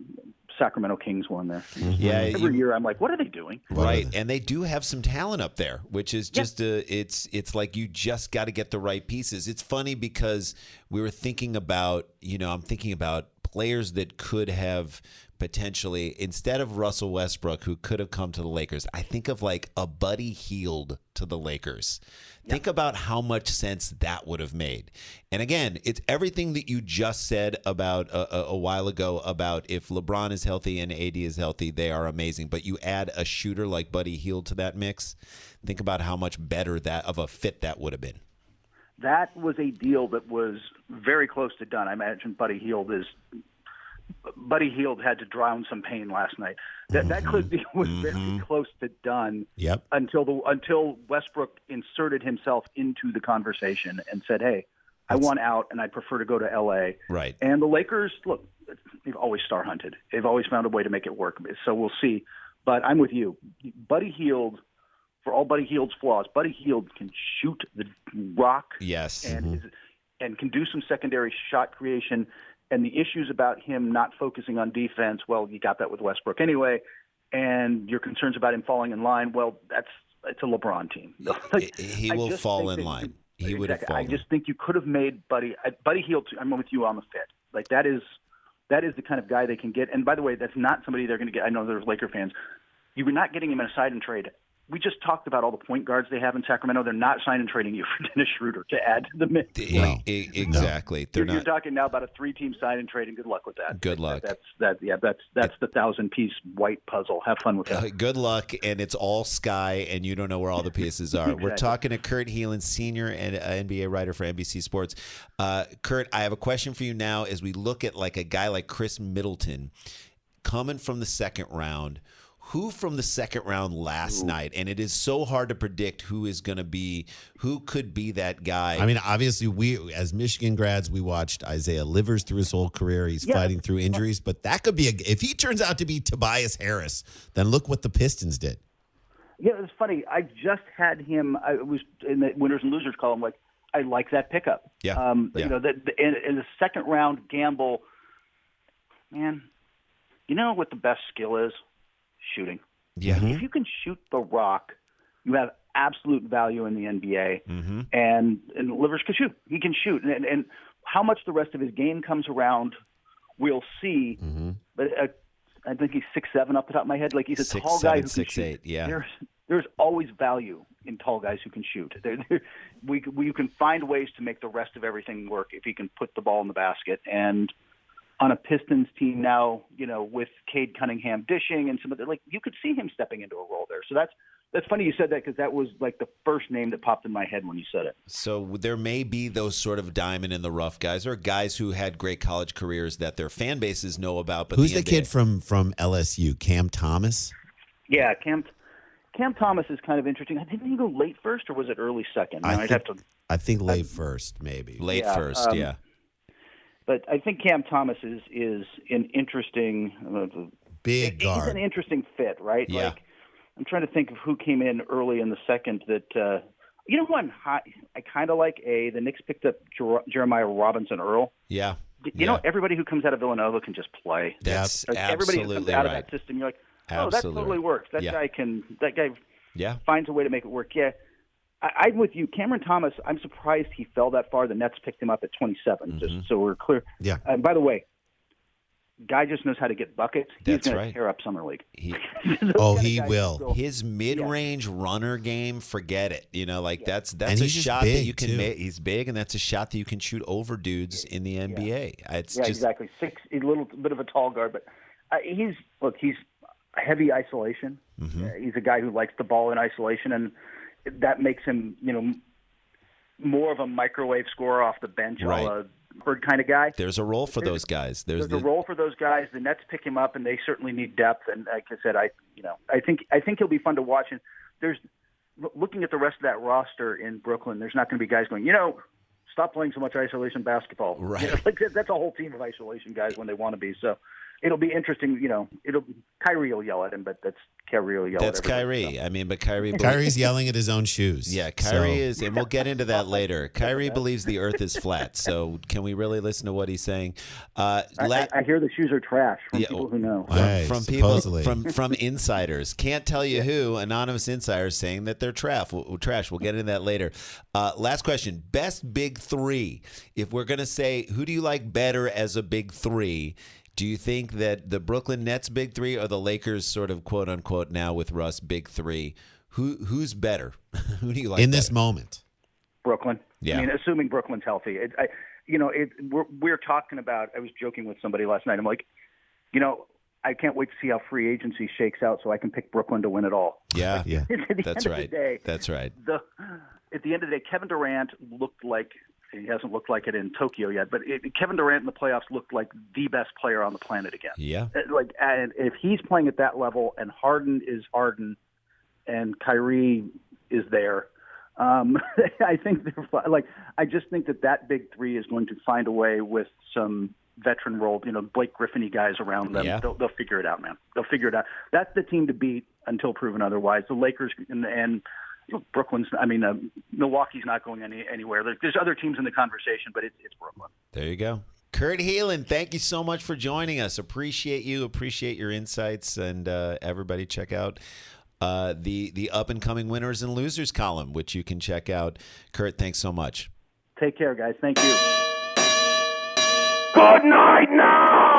Speaker 7: Sacramento Kings one there.
Speaker 2: Yeah, you-
Speaker 7: Every year, I'm like, what are they doing?
Speaker 2: Right, and they do have some talent up there, which is just a, it's it's like you just got to get the right pieces. It's funny because we were thinking about, you know, I'm thinking about players that could have potentially instead of Russell Westbrook who could have come to the Lakers. I think of like a Buddy Healed to the Lakers. Think about how much sense that would have made. And again, it's everything that you just said about a, a, a while ago about if LeBron is healthy and AD is healthy, they are amazing. But you add a shooter like Buddy Heald to that mix, think about how much better that of a fit that would have been.
Speaker 7: That was a deal that was very close to done. I imagine Buddy Heald is. Buddy Heald had to drown some pain last night. That that could be was very close to done.
Speaker 3: Yep.
Speaker 7: until the until Westbrook inserted himself into the conversation and said, "Hey, I want out, and I'd prefer to go to L.A."
Speaker 2: Right.
Speaker 7: And the Lakers, look, they've always star hunted. They've always found a way to make it work. So we'll see. But I'm with you, Buddy Heald. For all Buddy Heald's flaws, Buddy Heald can shoot the rock
Speaker 2: Yes.
Speaker 7: and is, and can do some secondary shot creation. And the issues about him not focusing on defense, well, you got that with Westbrook anyway. And your concerns about him falling in line, well, that's it's a LeBron team. Like,
Speaker 2: he
Speaker 7: I
Speaker 2: will
Speaker 7: just
Speaker 2: fall
Speaker 7: think
Speaker 2: in
Speaker 7: that you-
Speaker 2: line. He would have
Speaker 7: Exactly. I
Speaker 2: fallen.
Speaker 7: just think you could have made Buddy I, Buddy Heald. I'm with you on the fit. Like that is That is the kind of guy they can get. And by the way, that's not somebody they're going to get. I know there's Laker fans. You were not getting him in a side and trade. We just talked about all the point guards they have in Sacramento. They're not signing trading you for Dennis Schroeder to add to the mix.
Speaker 2: E- e- exactly. They're
Speaker 7: You're,
Speaker 2: not.
Speaker 7: you're talking now about a three-team sign and trade, and good luck with that.
Speaker 2: Good luck.
Speaker 7: That's that. Yeah, that's that's the thousand-piece white puzzle. Have fun with that.
Speaker 2: Uh, good luck, and it's all sky, and you don't know where all the pieces are. We're talking to Kurt Heelan, senior and uh, NBA writer for NBC Sports. Uh, Kurt, I have a question for you now. As we look at like a guy like Chris Middleton coming from the second round, who from the second round last night, and it is so hard to predict who is going to be, who could be that guy.
Speaker 3: I mean, obviously, we as Michigan grads, we watched Isaiah Livers through his whole career. He's fighting through injuries, but that could be a, if he turns out to be Tobias Harris, then look what the Pistons did.
Speaker 7: Yeah, it's funny. I just had him. I was in the winners and losers column. Like, I like that pickup.
Speaker 2: Yeah,
Speaker 7: Um,
Speaker 2: yeah.
Speaker 7: You know, that the, in, in the second round gamble, man. You know what the best skill is? Shooting.
Speaker 2: yeah.
Speaker 7: If you can shoot the rock, you have absolute value in the NBA.
Speaker 2: Mhm.
Speaker 7: And and Livers can shoot. He can shoot. And, and how much the rest of his game comes around, we'll see.
Speaker 2: Mm-hmm.
Speaker 7: But uh, I think he's six seven up the top of my head. Like he's a
Speaker 2: Six,
Speaker 7: tall guy
Speaker 2: seven,
Speaker 7: who can
Speaker 2: six,
Speaker 7: shoot.
Speaker 2: eight, yeah.
Speaker 7: There's there's always value in tall guys who can shoot. There, there, we we you can find ways to make the rest of everything work if he can put the ball in the basket and on a Pistons team now, you know, with Cade Cunningham dishing and some of the like, you could see him stepping into a role there. So that's that's funny you said that because that was like the first name that popped in my head when you said it.
Speaker 2: So there may be those sort of diamond in the rough guys, or guys who had great college careers that their fan bases know about. But
Speaker 3: Who's
Speaker 2: the
Speaker 3: the
Speaker 2: NBA
Speaker 3: kid from from LSU? Cam Thomas.
Speaker 7: Yeah, Cam Cam Thomas is kind of interesting. Didn't he go late first or was it early second?
Speaker 3: I
Speaker 7: I'd
Speaker 3: think-
Speaker 7: have to
Speaker 3: I think late first, maybe.
Speaker 2: late
Speaker 7: Yeah,
Speaker 2: first,
Speaker 7: um,
Speaker 2: yeah.
Speaker 7: but I think Cam Thomas is is an interesting uh,
Speaker 3: Big
Speaker 7: he's an
Speaker 3: guard.
Speaker 7: interesting fit, right?
Speaker 2: Yeah.
Speaker 7: Like I'm trying to think of who came in early in the second that uh you know who I'm hot I kinda like a the Knicks picked up Jer- Jeremiah Robinson Earl.
Speaker 2: Yeah.
Speaker 7: You
Speaker 2: Yeah.
Speaker 7: know, everybody who comes out of Villanova can just play.
Speaker 2: That's
Speaker 7: Like, everybody who comes
Speaker 2: absolutely
Speaker 7: out
Speaker 2: right.
Speaker 7: of that system, you're like, oh,
Speaker 2: Absolutely
Speaker 7: that totally
Speaker 2: right.
Speaker 7: works. That
Speaker 2: Yeah.
Speaker 7: guy can. That guy
Speaker 2: Yeah.
Speaker 7: finds a way to make it work. Yeah, I, I'm with you, Cameron Thomas. I'm surprised he fell that far. The Nets picked him up at 27,
Speaker 2: Mm-hmm.
Speaker 7: just so we're clear.
Speaker 3: Yeah.
Speaker 7: And by the way, guy just knows how to get buckets. He's
Speaker 2: That's
Speaker 7: going
Speaker 2: right.
Speaker 7: to tear up summer league.
Speaker 2: He,
Speaker 3: Oh, he will.
Speaker 2: his mid-range runner game, forget it. You know, like that's that's
Speaker 3: And
Speaker 2: a
Speaker 3: he's just
Speaker 2: shot that
Speaker 3: big,
Speaker 2: you can
Speaker 3: too.
Speaker 2: make. He's big, and that's a shot that you can shoot over dudes in the NBA. It's
Speaker 7: Yeah,
Speaker 2: just
Speaker 7: exactly. Six, a little bit of a tall guard, but uh, he's look, he's heavy isolation.
Speaker 2: Mm-hmm.
Speaker 7: Uh, he's a guy who likes the ball in isolation, and that makes him, you know, m- more of a microwave scorer off the bench, a
Speaker 2: Right.
Speaker 7: la Bird kind of guy.
Speaker 2: there's a role for those guys. There's,
Speaker 7: There's
Speaker 2: the
Speaker 7: a role for those guys. The Nets pick him up, and they certainly need depth. And like I said, I, you know, I think I think he'll be fun to watch. And there's lo- looking at the rest of that roster in Brooklyn. There's not going to be guys going, you know. Stop playing so much isolation basketball. You know,
Speaker 2: Right.
Speaker 7: like that, that's a whole team of isolation guys when they want to be. So it'll be interesting. You know, it'll Kyrie will yell at him, but that's Kyrie will yell.
Speaker 2: that's
Speaker 7: at everybody,
Speaker 2: Kyrie. I mean, but Kyrie. Bel-
Speaker 3: Kyrie's yelling at his own shoes.
Speaker 2: Yeah, Kyrie
Speaker 3: So-
Speaker 2: is, and we'll get into that later. Kyrie believes the Earth is flat, so can we really listen to what he's saying? Uh,
Speaker 7: So.
Speaker 2: la-
Speaker 7: I, I, I hear the shoes are trash from
Speaker 2: Yeah,
Speaker 7: people who know.
Speaker 2: from,
Speaker 3: Hey,
Speaker 2: from people
Speaker 3: supposedly.
Speaker 2: from from insiders can't tell you who anonymous insiders saying that they're trash. We'll, trash. We'll get into that later. Uh, last question: Best big three. If we're gonna say who do you like better as a big three, do you think that the Brooklyn Nets big three or the Lakers sort of quote unquote now with Russ big three? Who who's better? who do you like
Speaker 3: in this
Speaker 2: better?
Speaker 3: moment.
Speaker 7: Brooklyn.
Speaker 2: Yeah.
Speaker 7: I mean, assuming Brooklyn's healthy. It, I, you know, it, we're, we're talking about, I was joking with somebody last night. I'm like, you know, I can't wait to see how free agency shakes out so I can pick Brooklyn to win it all.
Speaker 2: Yeah,
Speaker 3: Yeah.
Speaker 7: At the
Speaker 2: that's
Speaker 7: end of
Speaker 2: right.
Speaker 7: the day,
Speaker 2: That's right.
Speaker 7: the, at the end of the day, Kevin Durant looked like, he hasn't looked like it in Tokyo yet, but it, Kevin Durant in the playoffs looked like the best player on the planet again.
Speaker 2: Yeah.
Speaker 7: Uh, like and if he's playing at that level and Harden is Harden and Kyrie is there um I think they're fi- like I just think that that big 3 is going to find a way with some veteran role you know Blake Griffin guys around them
Speaker 2: Yeah.
Speaker 7: they'll, they'll figure it out man they'll figure it out that's the team to beat until proven otherwise the Lakers and, and Brooklyn's I mean uh, Milwaukee's not going any, anywhere There- there's other teams in the conversation but it's it's Brooklyn
Speaker 2: There you go. Kurt Heelan, thank you so much for joining us. Appreciate you. Appreciate your insights. And uh, everybody, check out uh, the the up and coming winners and losers column, which you can check out. Kurt, thanks so much.
Speaker 7: take care guys thank you
Speaker 8: Good night now!